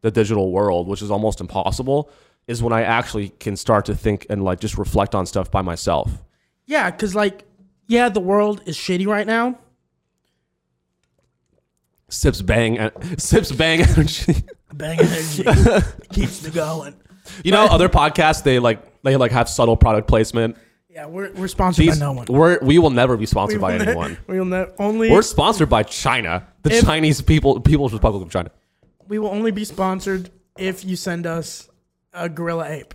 the digital world, which is almost impossible, is when I actually can start to think and like just reflect on stuff by myself. yeah, cuz like yeah, the world is shitty right now. Sips bang, en- sips bang energy. Bang energy keeps me going. you know, other podcasts they like they like have subtle product placement. Yeah, we're we're sponsored These, by no one. We're, we will never be sponsored by anyone. We'll ne- only We're sponsored by China, the If- Chinese people, People's Republic of China. we will only be sponsored if you send us a gorilla ape.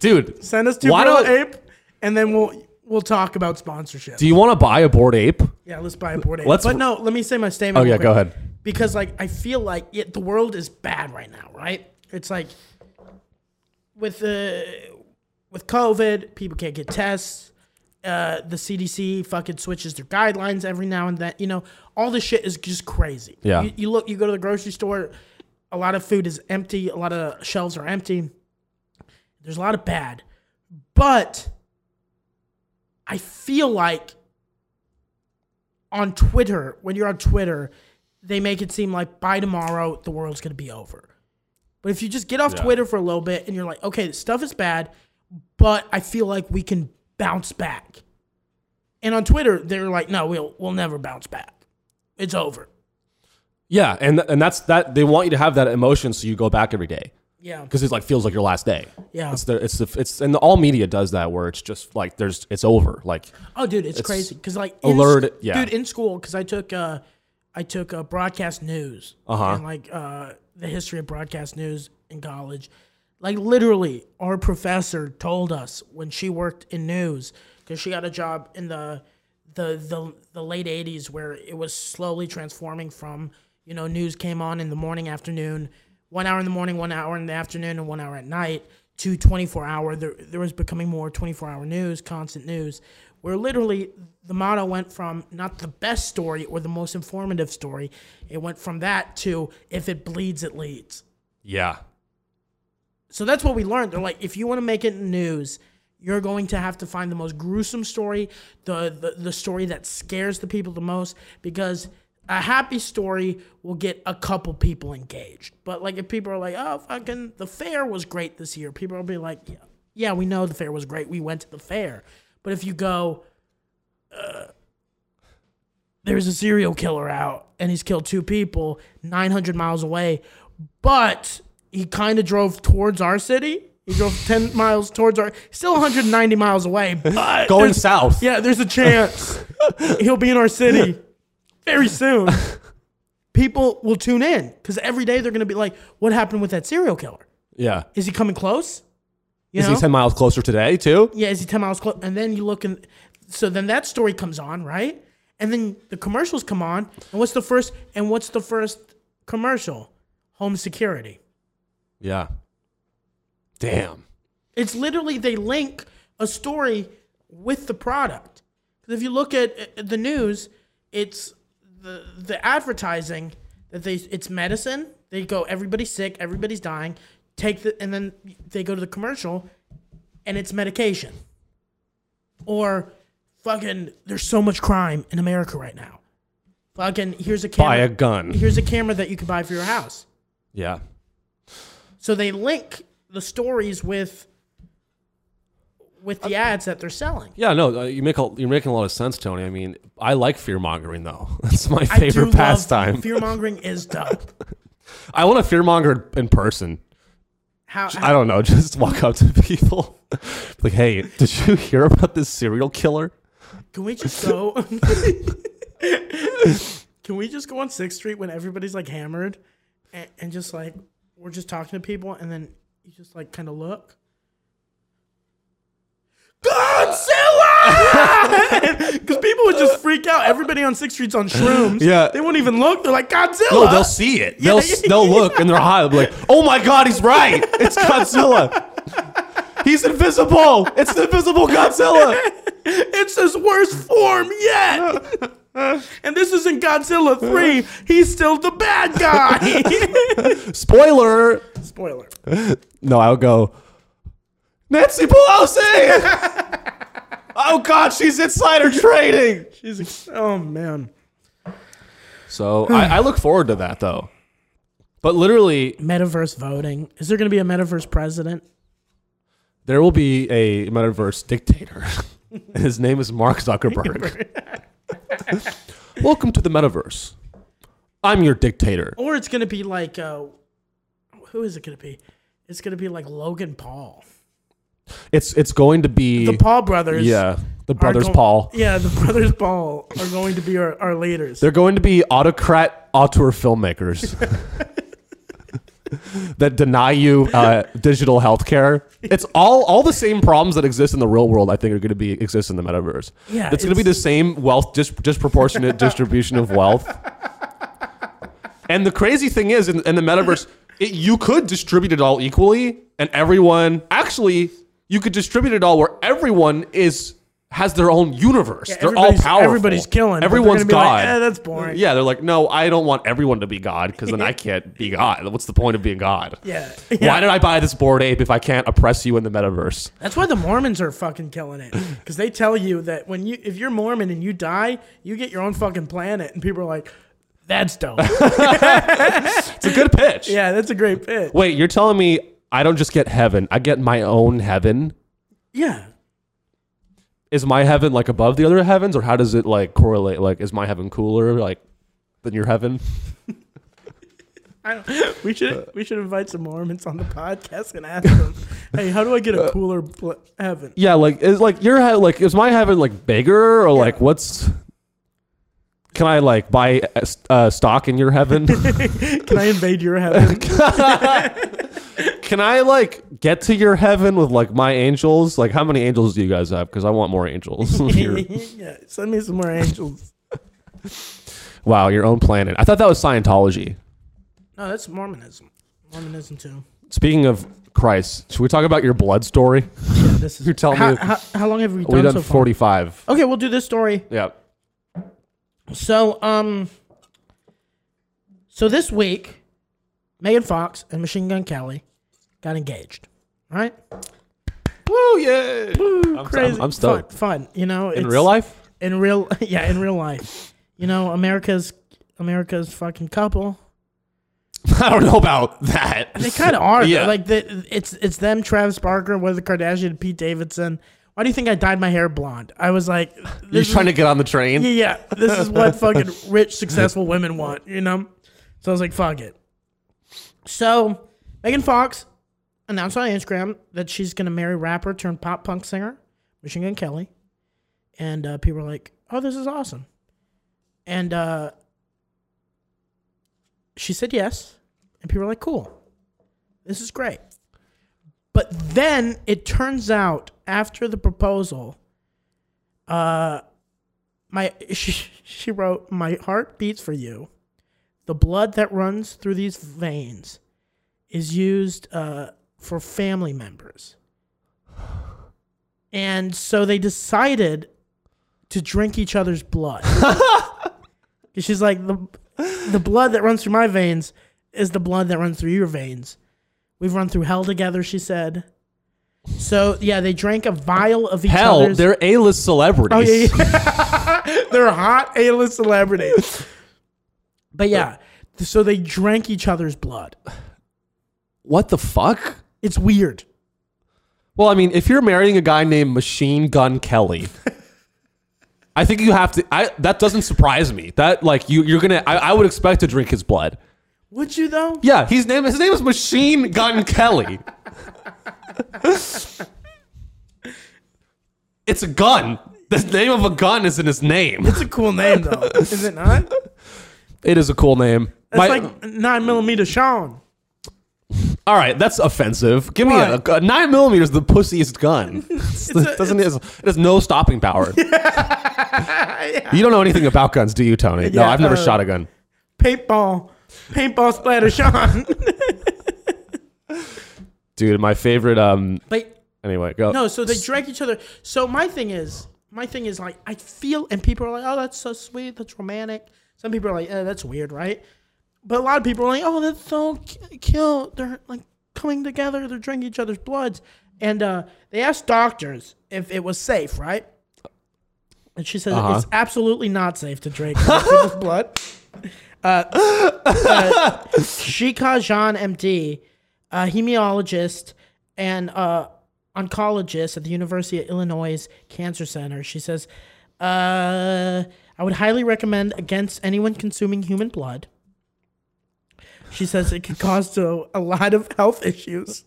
Dude, Send us two Why Gorilla don't- Ape, and then we'll we'll talk about sponsorship. do you want to buy a board ape? yeah, let's buy a board ape. Let's- but no, let me say my statement. Oh, yeah, real quick. go ahead. Because like I feel like it, the world is bad right now, right? It's like with the with COVID, people can't get tests. Uh, the CDC fucking switches their guidelines every now and then. You know, all this shit is just crazy. Yeah. You, you look, you go to the grocery store, a lot of food is empty, a lot of shelves are empty. There's a lot of bad, but I feel like on Twitter, when you're on Twitter, they make it seem like by tomorrow the world's gonna be over. But if you just get off Twitter for a little bit and you're like, okay, stuff is bad, but I feel like we can bounce back. And on Twitter, they're like, no, we'll we'll never bounce back. it's over. Yeah, and and that's that. They want you to have that emotion, so you go back every day Yeah. because it's like feels like your last day. Yeah. it's the it's the it's and the, all media does that where it's just like there's it's over. Like Oh, dude, it's, crazy. 'Cause crazy because like alert- in, sc- yeah. dude in school because I took uh, I took uh, broadcast news Uh-huh. and like uh, the history of broadcast news in college. Like literally, our professor told us when she worked in news because she got a job in the the the the late '80s where it was slowly transforming from you know news came on in the morning, afternoon, one hour in the morning, one hour in the afternoon, and one hour at night to 24 hour there, there was becoming more 24 hour news constant news where literally the motto went from not the best story or the most informative story it went from that to if it bleeds it leads yeah, so that's what we learned they're like if you want to make it in news you're going to have to find the most gruesome story the, the, the story that scares the people the most because a happy story will get a couple people engaged but like if people are like oh fucking the fair was great this year people will be like yeah, yeah we know the fair was great we went to the fair but if you go there's a serial killer out and he's killed two people 900 miles away, but he kind of drove towards our city. He drove 10 miles towards our, still 190 miles away, but going there's- south. Yeah, there's a chance he'll be in our city very soon. People will tune in because every day they're going to be like, what happened with that serial killer? yeah. Is he coming close? You Is he ten miles closer today too? yeah, is he 10 miles close? And then you look and so then that story comes on, right? And then the commercials come on. And what's the first and what's the first commercial? Home security. Yeah. Damn. It's literally they link a story with the product. 'Cause if you look at uh, the news, it's the the advertising that they it's medicine. They go everybody's sick, everybody's dying. Take the and then they go to the commercial, and it's medication. Or fucking, there's so much crime in America right now. Fucking, here's a Buy camera. a gun. here's a camera that you can buy for your house. Yeah. So they link the stories with with the ads that they're selling. Yeah, no, uh, you make a, you're making a lot of sense, Tony. I mean, I like fear mongering though. That's my favorite pastime. Fear mongering is dope. I want to fear monger in person. How, I how don't know, just walk up to people, like, "Hey, did you hear about this serial killer?" can we just go? can we just go on Sixth Street when everybody's like hammered, and, and just like we're just talking to people, and then you just like kind of look. Godzilla! Because people would just freak out. Everybody on Sixth Street's on shrooms. Yeah. they won't even look. They're like Godzilla. No, Oh, they'll see it. They'll Yeah. they'll look and they're high. They'll be like, "Oh my god, he's right! It's Godzilla. He's invisible. It's the invisible Godzilla." It's his worst form yet. and this isn't Godzilla 3. He's still the bad guy. Spoiler. Spoiler. No, I'll go. Nancy Pelosi. oh god, she's insider trading. She's ex- oh man. So I, I look forward to that though. But literally, Metaverse voting. Is there going to be a metaverse president? There will be a metaverse dictator. His name is Mark Zuckerberg. Welcome to the metaverse. I'm your dictator. Or it's going to be like uh who is it going to be? It's going to be like Logan Paul. It's it's going to be The Paul brothers. yeah, the are brothers go- Paul. Yeah, the brothers Paul are going to be our, our leaders. They're going to be autocrat auteur filmmakers that deny you uh, digital health care. It's all all the same problems that exist in the real world. I think are going to be exist in the metaverse. Yeah, it's, going to be the it's- same wealth dis- disproportionate distribution of wealth. And the crazy thing is, in, in the metaverse, it, you could distribute it all equally, and everyone actually you could distribute it all where everyone is has their own universe. they're all everybody's- powerful. everybody's killing, but they're Everyone's gonna be god. like, "Eh, that's boring." Yeah, they're like, no, I don't want everyone to be God because then I can't be God. What's the point of being God? yeah. Why did I buy this board ape if I can't oppress you in the metaverse? That's why the Mormons are fucking killing it because they tell you that when you if you're Mormon and you die, you get your own fucking planet, and people are like, "That's dope." It's a good pitch. yeah, that's a great bit. Wait, you're telling me I don't just get heaven, I get my own heaven? Yeah, Is my heaven like above the other heavens, or how does it like correlate? Like, is my heaven cooler? Like, than your heaven. I don't, we Uh. should we should invite some Mormons on the podcast and ask them, hey, how do I get a Uh. cooler bl- heaven? Yeah, like is like your head like is my heaven like bigger or like what's can I like buy a s- uh, stock in your heaven? Can I invade your heaven? can I like get to your heaven with like my angels? Like how many angels do you guys have? Because I want more angels. Your- yeah, send me some more angels. wow, your own planet. I thought that was Scientology. No, that's Mormonism. Mormonism too. Speaking of Christ, should we talk about your blood story? Yeah, this is. You're telling how, me- how, how long have we done, We've done so far? 45. Okay, we'll do this story. Yeah. So, um, so this week, Megan Fox and Machine Gun Kelly got engaged. All right, Woo, yay. I'm, crazy, I'm, I'm stoked. Fun, fun, you know. In real life? in real, yeah, in real life, you know, America's America's fucking couple. I don't know about that. They kind of are. Yeah. Yeah. Like the, it's it's them, Travis Barker, with the Kardashian, Pete Davidson. Why do you think I dyed my hair blonde? I was like, You're this is- trying to get on the train? yeah, yeah, this is what fucking rich, successful women want, you know? So I was like, fuck it. So Megan Fox announced on Instagram that she's going to marry rapper turned pop punk singer, Machine Gun Kelly. And uh, people were like, oh, this is awesome. And uh, she said yes. And people were like, cool. This is great. But then it turns out after the proposal, my she, she wrote my heart beats for you the blood that runs through these veins is used uh, for family members and so they decided to drink each other's blood 'Cause she's like the, the blood that runs through my veins is the blood that runs through your veins we've run through hell together she said so yeah they drank a vial of each Hell, other's they're A-list celebrities. Oh, yeah, yeah. They're hot A-list celebrities. But yeah, th- so they drank each other's blood. What the fuck? It's weird. Well, I mean, if you're marrying a guy named Machine Gun Kelly, I think you have to. I that doesn't surprise me. That like you you're gonna. I, I would expect to drink his blood. Would you though? Yeah, his name his name is Machine Gun Kelly. it's a gun. The name of a gun is in his name. It's a cool name though, is it not? It's It is a cool name. My- like nine millimeter Sean. all right, that's offensive. Give me a, Why? a nine millimeters. The pussiest gun. a- it doesn't it has, it has no stopping power. You don't know anything about guns, do you, Tony? no, Yeah, I've never uh, shot a gun. Paintball, paintball splatter Sean. Dude, my favorite um but anyway, go. No, so they drank each other. So my thing is, my thing is like I feel, and people are like, "Oh, that's so sweet, that's romantic." Some people are like, eh, "That's weird, right?" But a lot of people are like, "Oh, that's so cu- cute." They're like coming together, they're drinking each other's bloods, and uh, they asked doctors if it was safe, right? And she said it's absolutely not safe to drink other people's blood. Shika Jean, MD, a hemiologist and uh, oncologist at the University of Illinois Cancer Center. She says, uh, I would highly recommend against anyone consuming human blood. She says it could cause to a lot of health issues.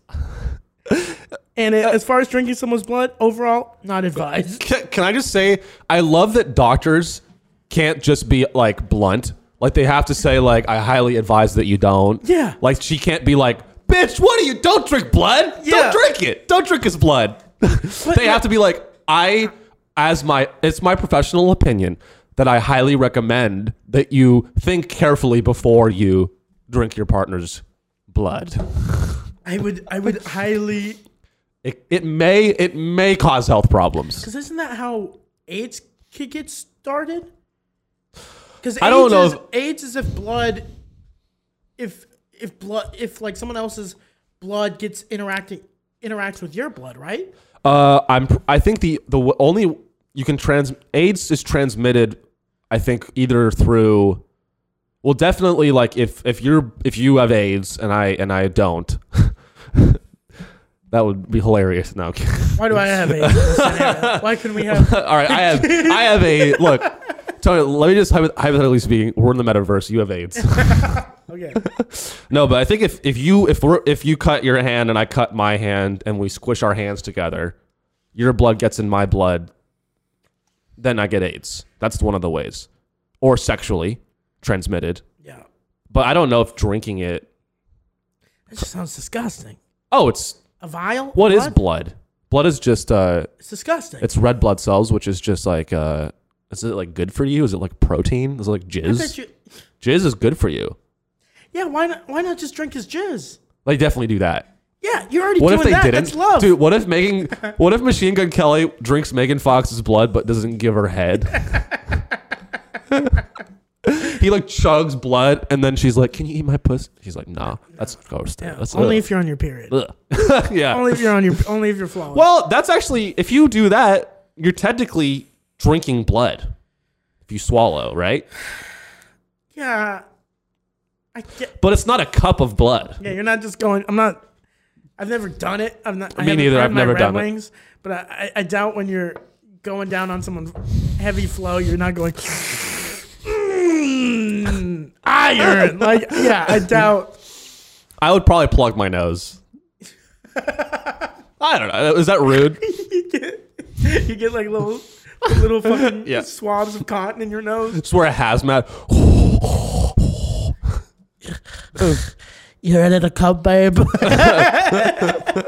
And it, as far as drinking someone's blood, overall, not advised. Can, can I just say I love that doctors can't just be like blunt. Like they have to say like I highly advise that you don't. Yeah. Like she can't be like, "Bitch, what do you don't drink blood? Yeah. Don't drink it. Don't drink his blood." they have to be like, "I as my it's my professional opinion that I highly recommend that you think carefully before you drink your partner's blood." I would, I would highly. It, it may it may cause health problems. Because isn't that how AIDS could get started? Because I don't know Is, if- AIDS is if blood, if if blood, if like someone else's blood gets interacting interacts with your blood, right? Uh, I'm I think the the w- only you can trans AIDS is transmitted, I think either through, well definitely like if if you're if you have AIDS and I and I don't, that would be hilarious. No, Why do I have AIDS? in this scenario? Why couldn't we have? all right, I have I have a look. Tony, let me just hypo- hypothetically speaking, we're in the metaverse. You have AIDS. Okay. no, but I think if, if you if we're if you cut your hand and I cut my hand and we squish our hands together, your blood gets in my blood, then I get AIDS. That's one of the ways, or sexually transmitted. Yeah. But I don't know if drinking it. That just sounds disgusting. Oh, it's A vial? what is blood? Blood is just uh, It's disgusting. it's red blood cells, which is just like uh, is it like good for you? Is it like protein? Is it like I bet jizz? you, Jizz is good for you. yeah, why not? Why not just drink his jizz? They definitely do that. Yeah, you're already What doing if they that. didn't? That's love. Dude, what if Megan what if Machine Gun Kelly drinks Megan Fox's blood but doesn't give her head? he like chugs blood and then she's like, Can you eat my puss? He's like, nah, that's gross. Yeah, That's only ugh, if you're on your period. ugh." yeah. Only if you're on your. Only if you're flawless. well, that's actually if you do that, you're technically drinking blood. If you swallow, right? yeah. I get, But it's not a cup of blood. yeah, you're not just going. I'm not. I've never done it. I'm not. I Me haven't neither, had I've my never Red done it. wings, But I, I, I doubt when you're going down on someone's heavy flow, you're not going. "Mm, iron. like yeah, I doubt. I would probably plug my nose. I don't know. Is that rude? you get you get like little little fucking Yeah. swabs of cotton in your nose. Just wear a hazmat. You're in a cup, babe. Uh,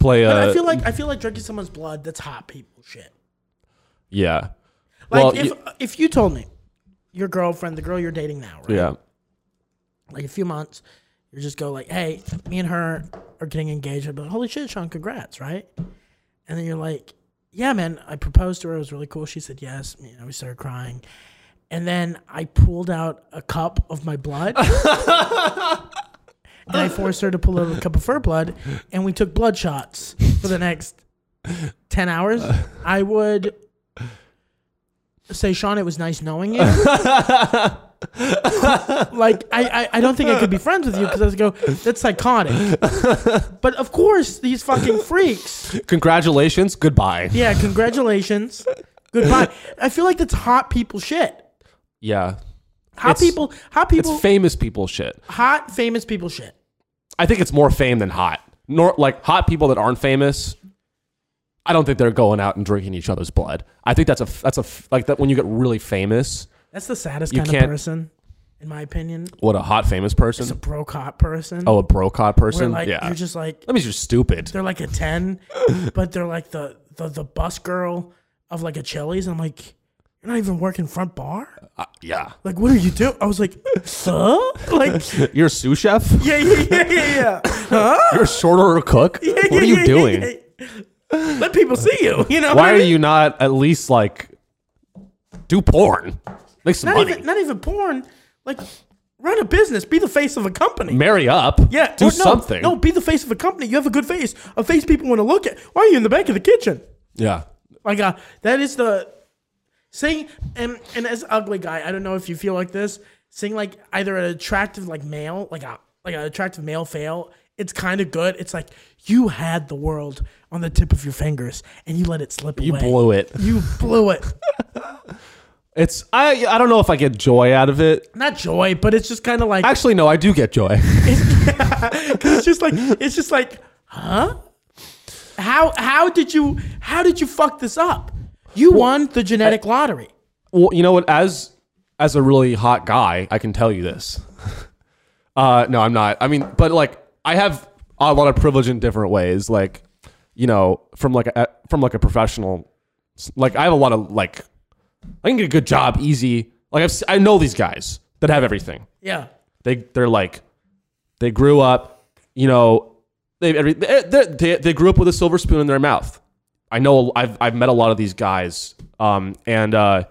play uh I feel like I feel like drinking someone's blood. That's hot people shit. yeah Like well if y- if you told me your girlfriend, the girl you're dating now, right? yeah Like a few months, you just go like, hey, me and her are getting engaged. I'd be like, holy shit, Sean, congrats, right? And then you're like, yeah, man, I proposed to her. It was really cool. She said yes. You know, we started crying. And then I pulled out a cup of my blood. and I forced her to pull out a cup of her blood. And we took blood shots for the next 10 hours. I would say, Sean, it was nice knowing you. like, I, I, I don't think I could be friends with you because I was go, that's psychotic. but of course, these fucking freaks. congratulations goodbye Yeah, congratulations. Goodbye. I feel like that's hot people shit. yeah Hot It's- people, hot it's people, famous people shit hot famous people shit. i think it's more fame than hot nor like hot people that aren't famous i don't think they're going out and drinking each other's blood i think that's a f- that's a f- like that when you get really famous That's the saddest You kind can't- of person, in my opinion. what a hot famous It's a person broke hot person. oh a bro cod where person like yeah you're just like that means you're stupid they're like a ten, but they're like the the the bus girl of like a Chili's. And I'm like, you're not even working front bar. Uh, yeah Like, what are you doing? I was like, huh? Like, you're a sous chef yeah, yeah, yeah, yeah, yeah. Huh? you're a short order cook what are you doing Let people see you. You know what why I are mean? you not at least like do porn make some not money even not even porn. Like run a business, be the face of a company. marry up. yeah, do or no, something. No, be the face of a company. You have a good face, a face people want to look at. Why are you in the back of the kitchen? Yeah. Like uh, that is the saying. And and as an ugly guy, I don't know if you feel like this. Seeing like either an attractive like male, like a like an attractive male fail, it's kind of good. It's like you had the world on the tip of your fingers and you let it slip You away. blew it. You blew it. It's I I don't know if I get joy out of it. Not joy, but it's just kind of like Actually, no, I do get joy. it's just like it's just like huh how how did you how did you fuck this up you won the genetic lottery well, you know what? As as a really hot guy, I can tell you this. Uh, no, I'm not. I mean, but like I have a lot of privilege in different ways. Like, you know, from like a from like a professional, like I have a lot of like I can get a good job easy. Like I've, si know these guys that have everything. yeah They they're like they grew up, you know, they every they, they, they grew up with a silver spoon in their mouth. I know I've I've met a lot of these guys, um, and uh,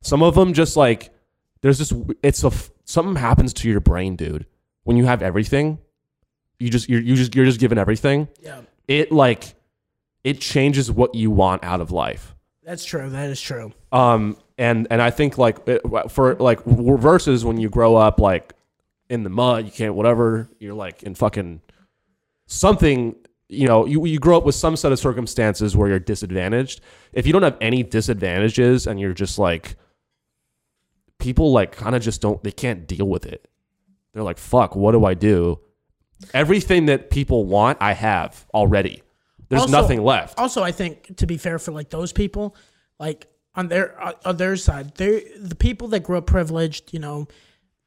some of them just like there's this it's a f- something happens to your brain, dude. When you have everything, you just you're you just you're just given everything. yeah It like it changes what you want out of life. that's true that is true Um, and and I think like it, for like versus when you grow up like in the mud, you can't whatever. You're like in fucking something you know, you, you grow up with some set of circumstances where you're disadvantaged. If you don't have any disadvantages and you're just like, people like kind of just don't, they can't deal with it. They're like, fuck, what do I do? Everything that people want, I have already. There's Also- nothing left. Also, I think to be fair for like those people, like on their on- on their side, they the people that grew up privileged, you know,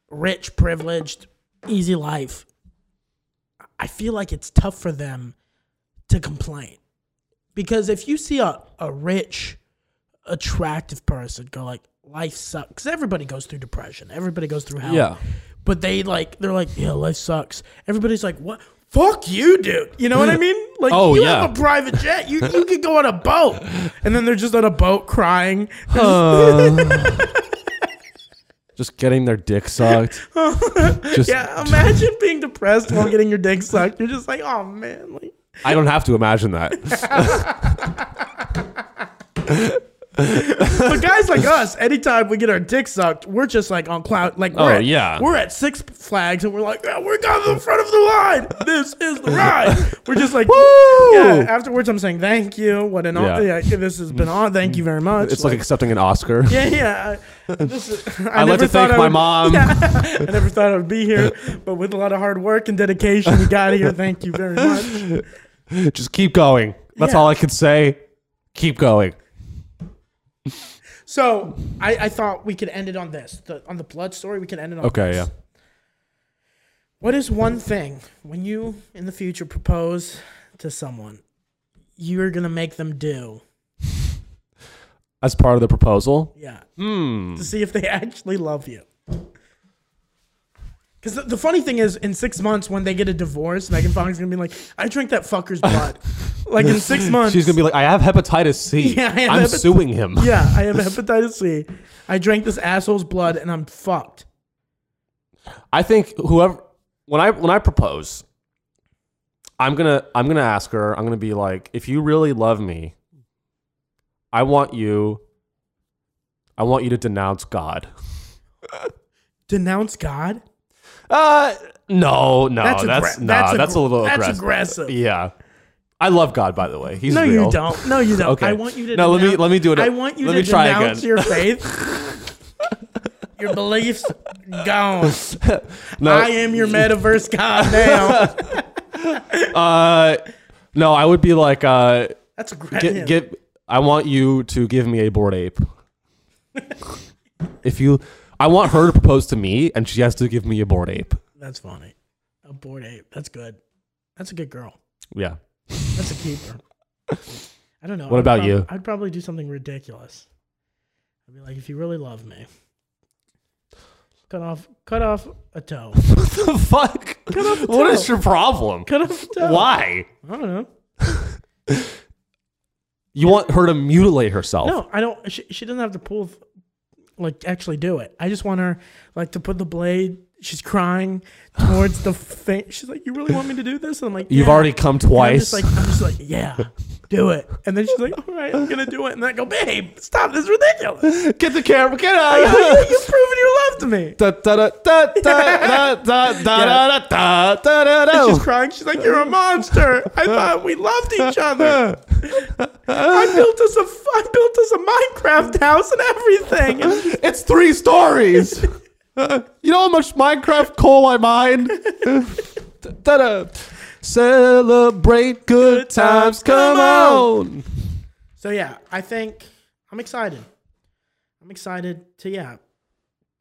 rich, privileged, easy life. I feel like it's tough for them to complain because if you see a, a rich, attractive person go like life sucks, because everybody goes through depression, everybody goes through hell. Yeah. But they like they're like yeah, life sucks. Everybody's like what. Fuck you, dude. You know what I mean? Like, Oh, you yeah. have a private jet. You you could go on a boat, and then they're just on a boat crying. just getting their dick sucked. just, yeah, imagine being depressed while getting your dick sucked. You're just like, oh man, like I don't have to imagine that. But guys like us, anytime we get our dick sucked, we're just like on cloud. Like, we're Oh, at, yeah. we're at Six Flags, and we're like, yeah, we're got in front of the line. This is the ride. We're just like, Woo! yeah. Afterwards, I'm saying thank you. What an honor. Yeah. Yeah. this has been on. Thank you very much. It's like accepting an Oscar. yeah, yeah. I- This is, I I'd like never to thank thought I my would- mom. I never thought I would be here, but with a lot of hard work and dedication, we got here. Thank you very much. Just keep going. That's Yeah. all I can say. Keep going. So I, I thought we could end it on this, the, on the blood story. We can end it on Okay, this. yeah. What is one thing when you in the future propose to someone, you're gonna make them do? As part of the proposal, Yeah. Hmm. To see if they actually love you. Because the, the funny thing is, in six months, when they get a divorce, Megan Fox is gonna be like, "I drank that fucker's blood." like in six months, she's gonna be like, "I have hepatitis C. Yeah, I have am hepat- suing him." "Yeah, I have hepatitis C. I drank this asshole's blood, and I'm fucked." I think whoever when I when I propose, I'm gonna I'm gonna ask her. I'm gonna be like, if you really love me, I want you. I want you to denounce God. Denounce God. Uh, no, no, that's aggra- that's, nah, that's, a, aggr- little that's aggressive. aggressive. Yeah, I love God. By the way, he's No, real. you don't. No, you don't. Okay. I want you to. No, let me- denounce- let me do it. I want you Let to me try denounce again. your faith. your beliefs gone. No, I am your metaverse god now. uh, no, I would be like, uh, That's aggressive. get, get. I want you to give me a board ape. if you, I want her to propose to me, and she has to give me a board ape. That's funny. A bored ape. That's good. That's a good girl. Yeah. That's a keeper. I don't know. What I'd about prob- you? I'd probably do something ridiculous. I'd be like, if you really love me, cut off, cut off a toe. What the fuck? What is your problem? Cut off a toe. Why? I don't know. You want her to mutilate herself? No, I don't. She, she doesn't have to pull, like, actually do it. I just want her, like, to put the blade. She's crying towards the thing. She's like, "You really want me to do this?" And I'm like, You've "Yeah." already come And I'm just twice. like, I'm just like, yeah, do it. And then she's like, "All right, I'm gonna do it." And I go, "Babe, stop! This is ridiculous. get the camera. Get You, out. you've proven your love to me." da da da da da da da da da da da da She's da. crying. She's like, "You're a monster. I thought we loved each other. I built us a, I built us a Minecraft house and everything." And It's three stories. you know how much Minecraft coal I mine? Da-da. Celebrate good times. Come on. So yeah, I think I'm excited. I'm excited to yeah,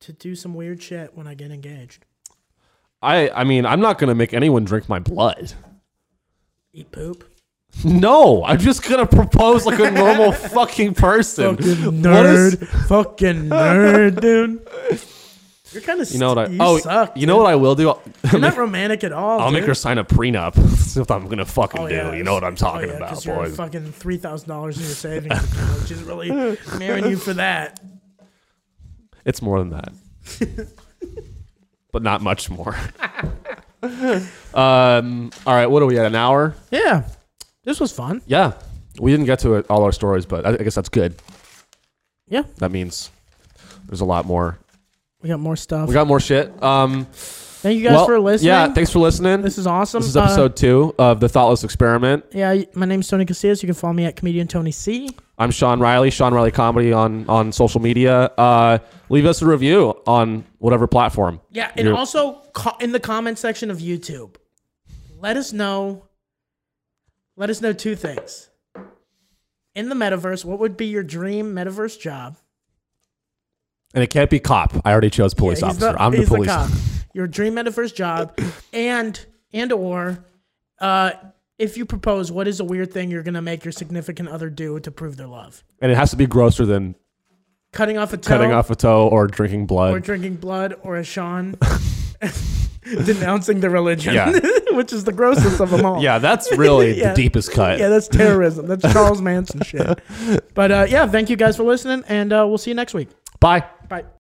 to do some weird shit when I get engaged. I I mean, I'm not going to make anyone drink my blood. Eat poop. No, I'm just going to propose like a normal fucking person. What is- fucking nerd, dude. You're kind of you know what I you Oh, suck. you know what I will do? I'll, You're not romantic at all. I'll make dude. her sign a prenup. That's what I'm going to fucking Oh, do. yeah. You know what I'm talking Oh, yeah, 'cause about, you're boys. Fucking three thousand dollars in your savings account. She's really marrying you for that. It's more than that, but not much more. um, all right, what are we at? An hour? Yeah, this was fun. Yeah, we didn't get to it, all our stories, but I, I guess that's good. Yeah, That means there's a lot more. we got more stuff. We got more shit. Um, Thank you guys well, for listening. Yeah, thanks for listening. this is awesome. This is Uh, episode two of the Thoughtless Experiment. yeah, my name's Tony Casillas. You can follow me at comedian Tony C. I'm Sean Riley, Sean Riley Comedy on on social media. Uh, leave us a review on whatever platform. Yeah, and You're- also co- in the comment section of YouTube, let us know. Let us know two things. In the metaverse, what would be your dream metaverse job? And it can't be cop. I already chose police Yeah, he's officer. I'm the he's police. cop. Your dream metaverse job, and and or, uh, if you propose, what is a weird thing you're gonna make your significant other do to prove their love? and it has to be grosser than Cutting off a toe, cutting off a toe or drinking blood. or drinking blood, or a Sean, denouncing the religion, Yeah. which is the grossest of them all. yeah, that's really Yeah. the deepest cut. Yeah, that's terrorism. That's Charles Manson shit. But uh, yeah, thank you guys for listening, and uh, we'll see you next week. Bye. Bye.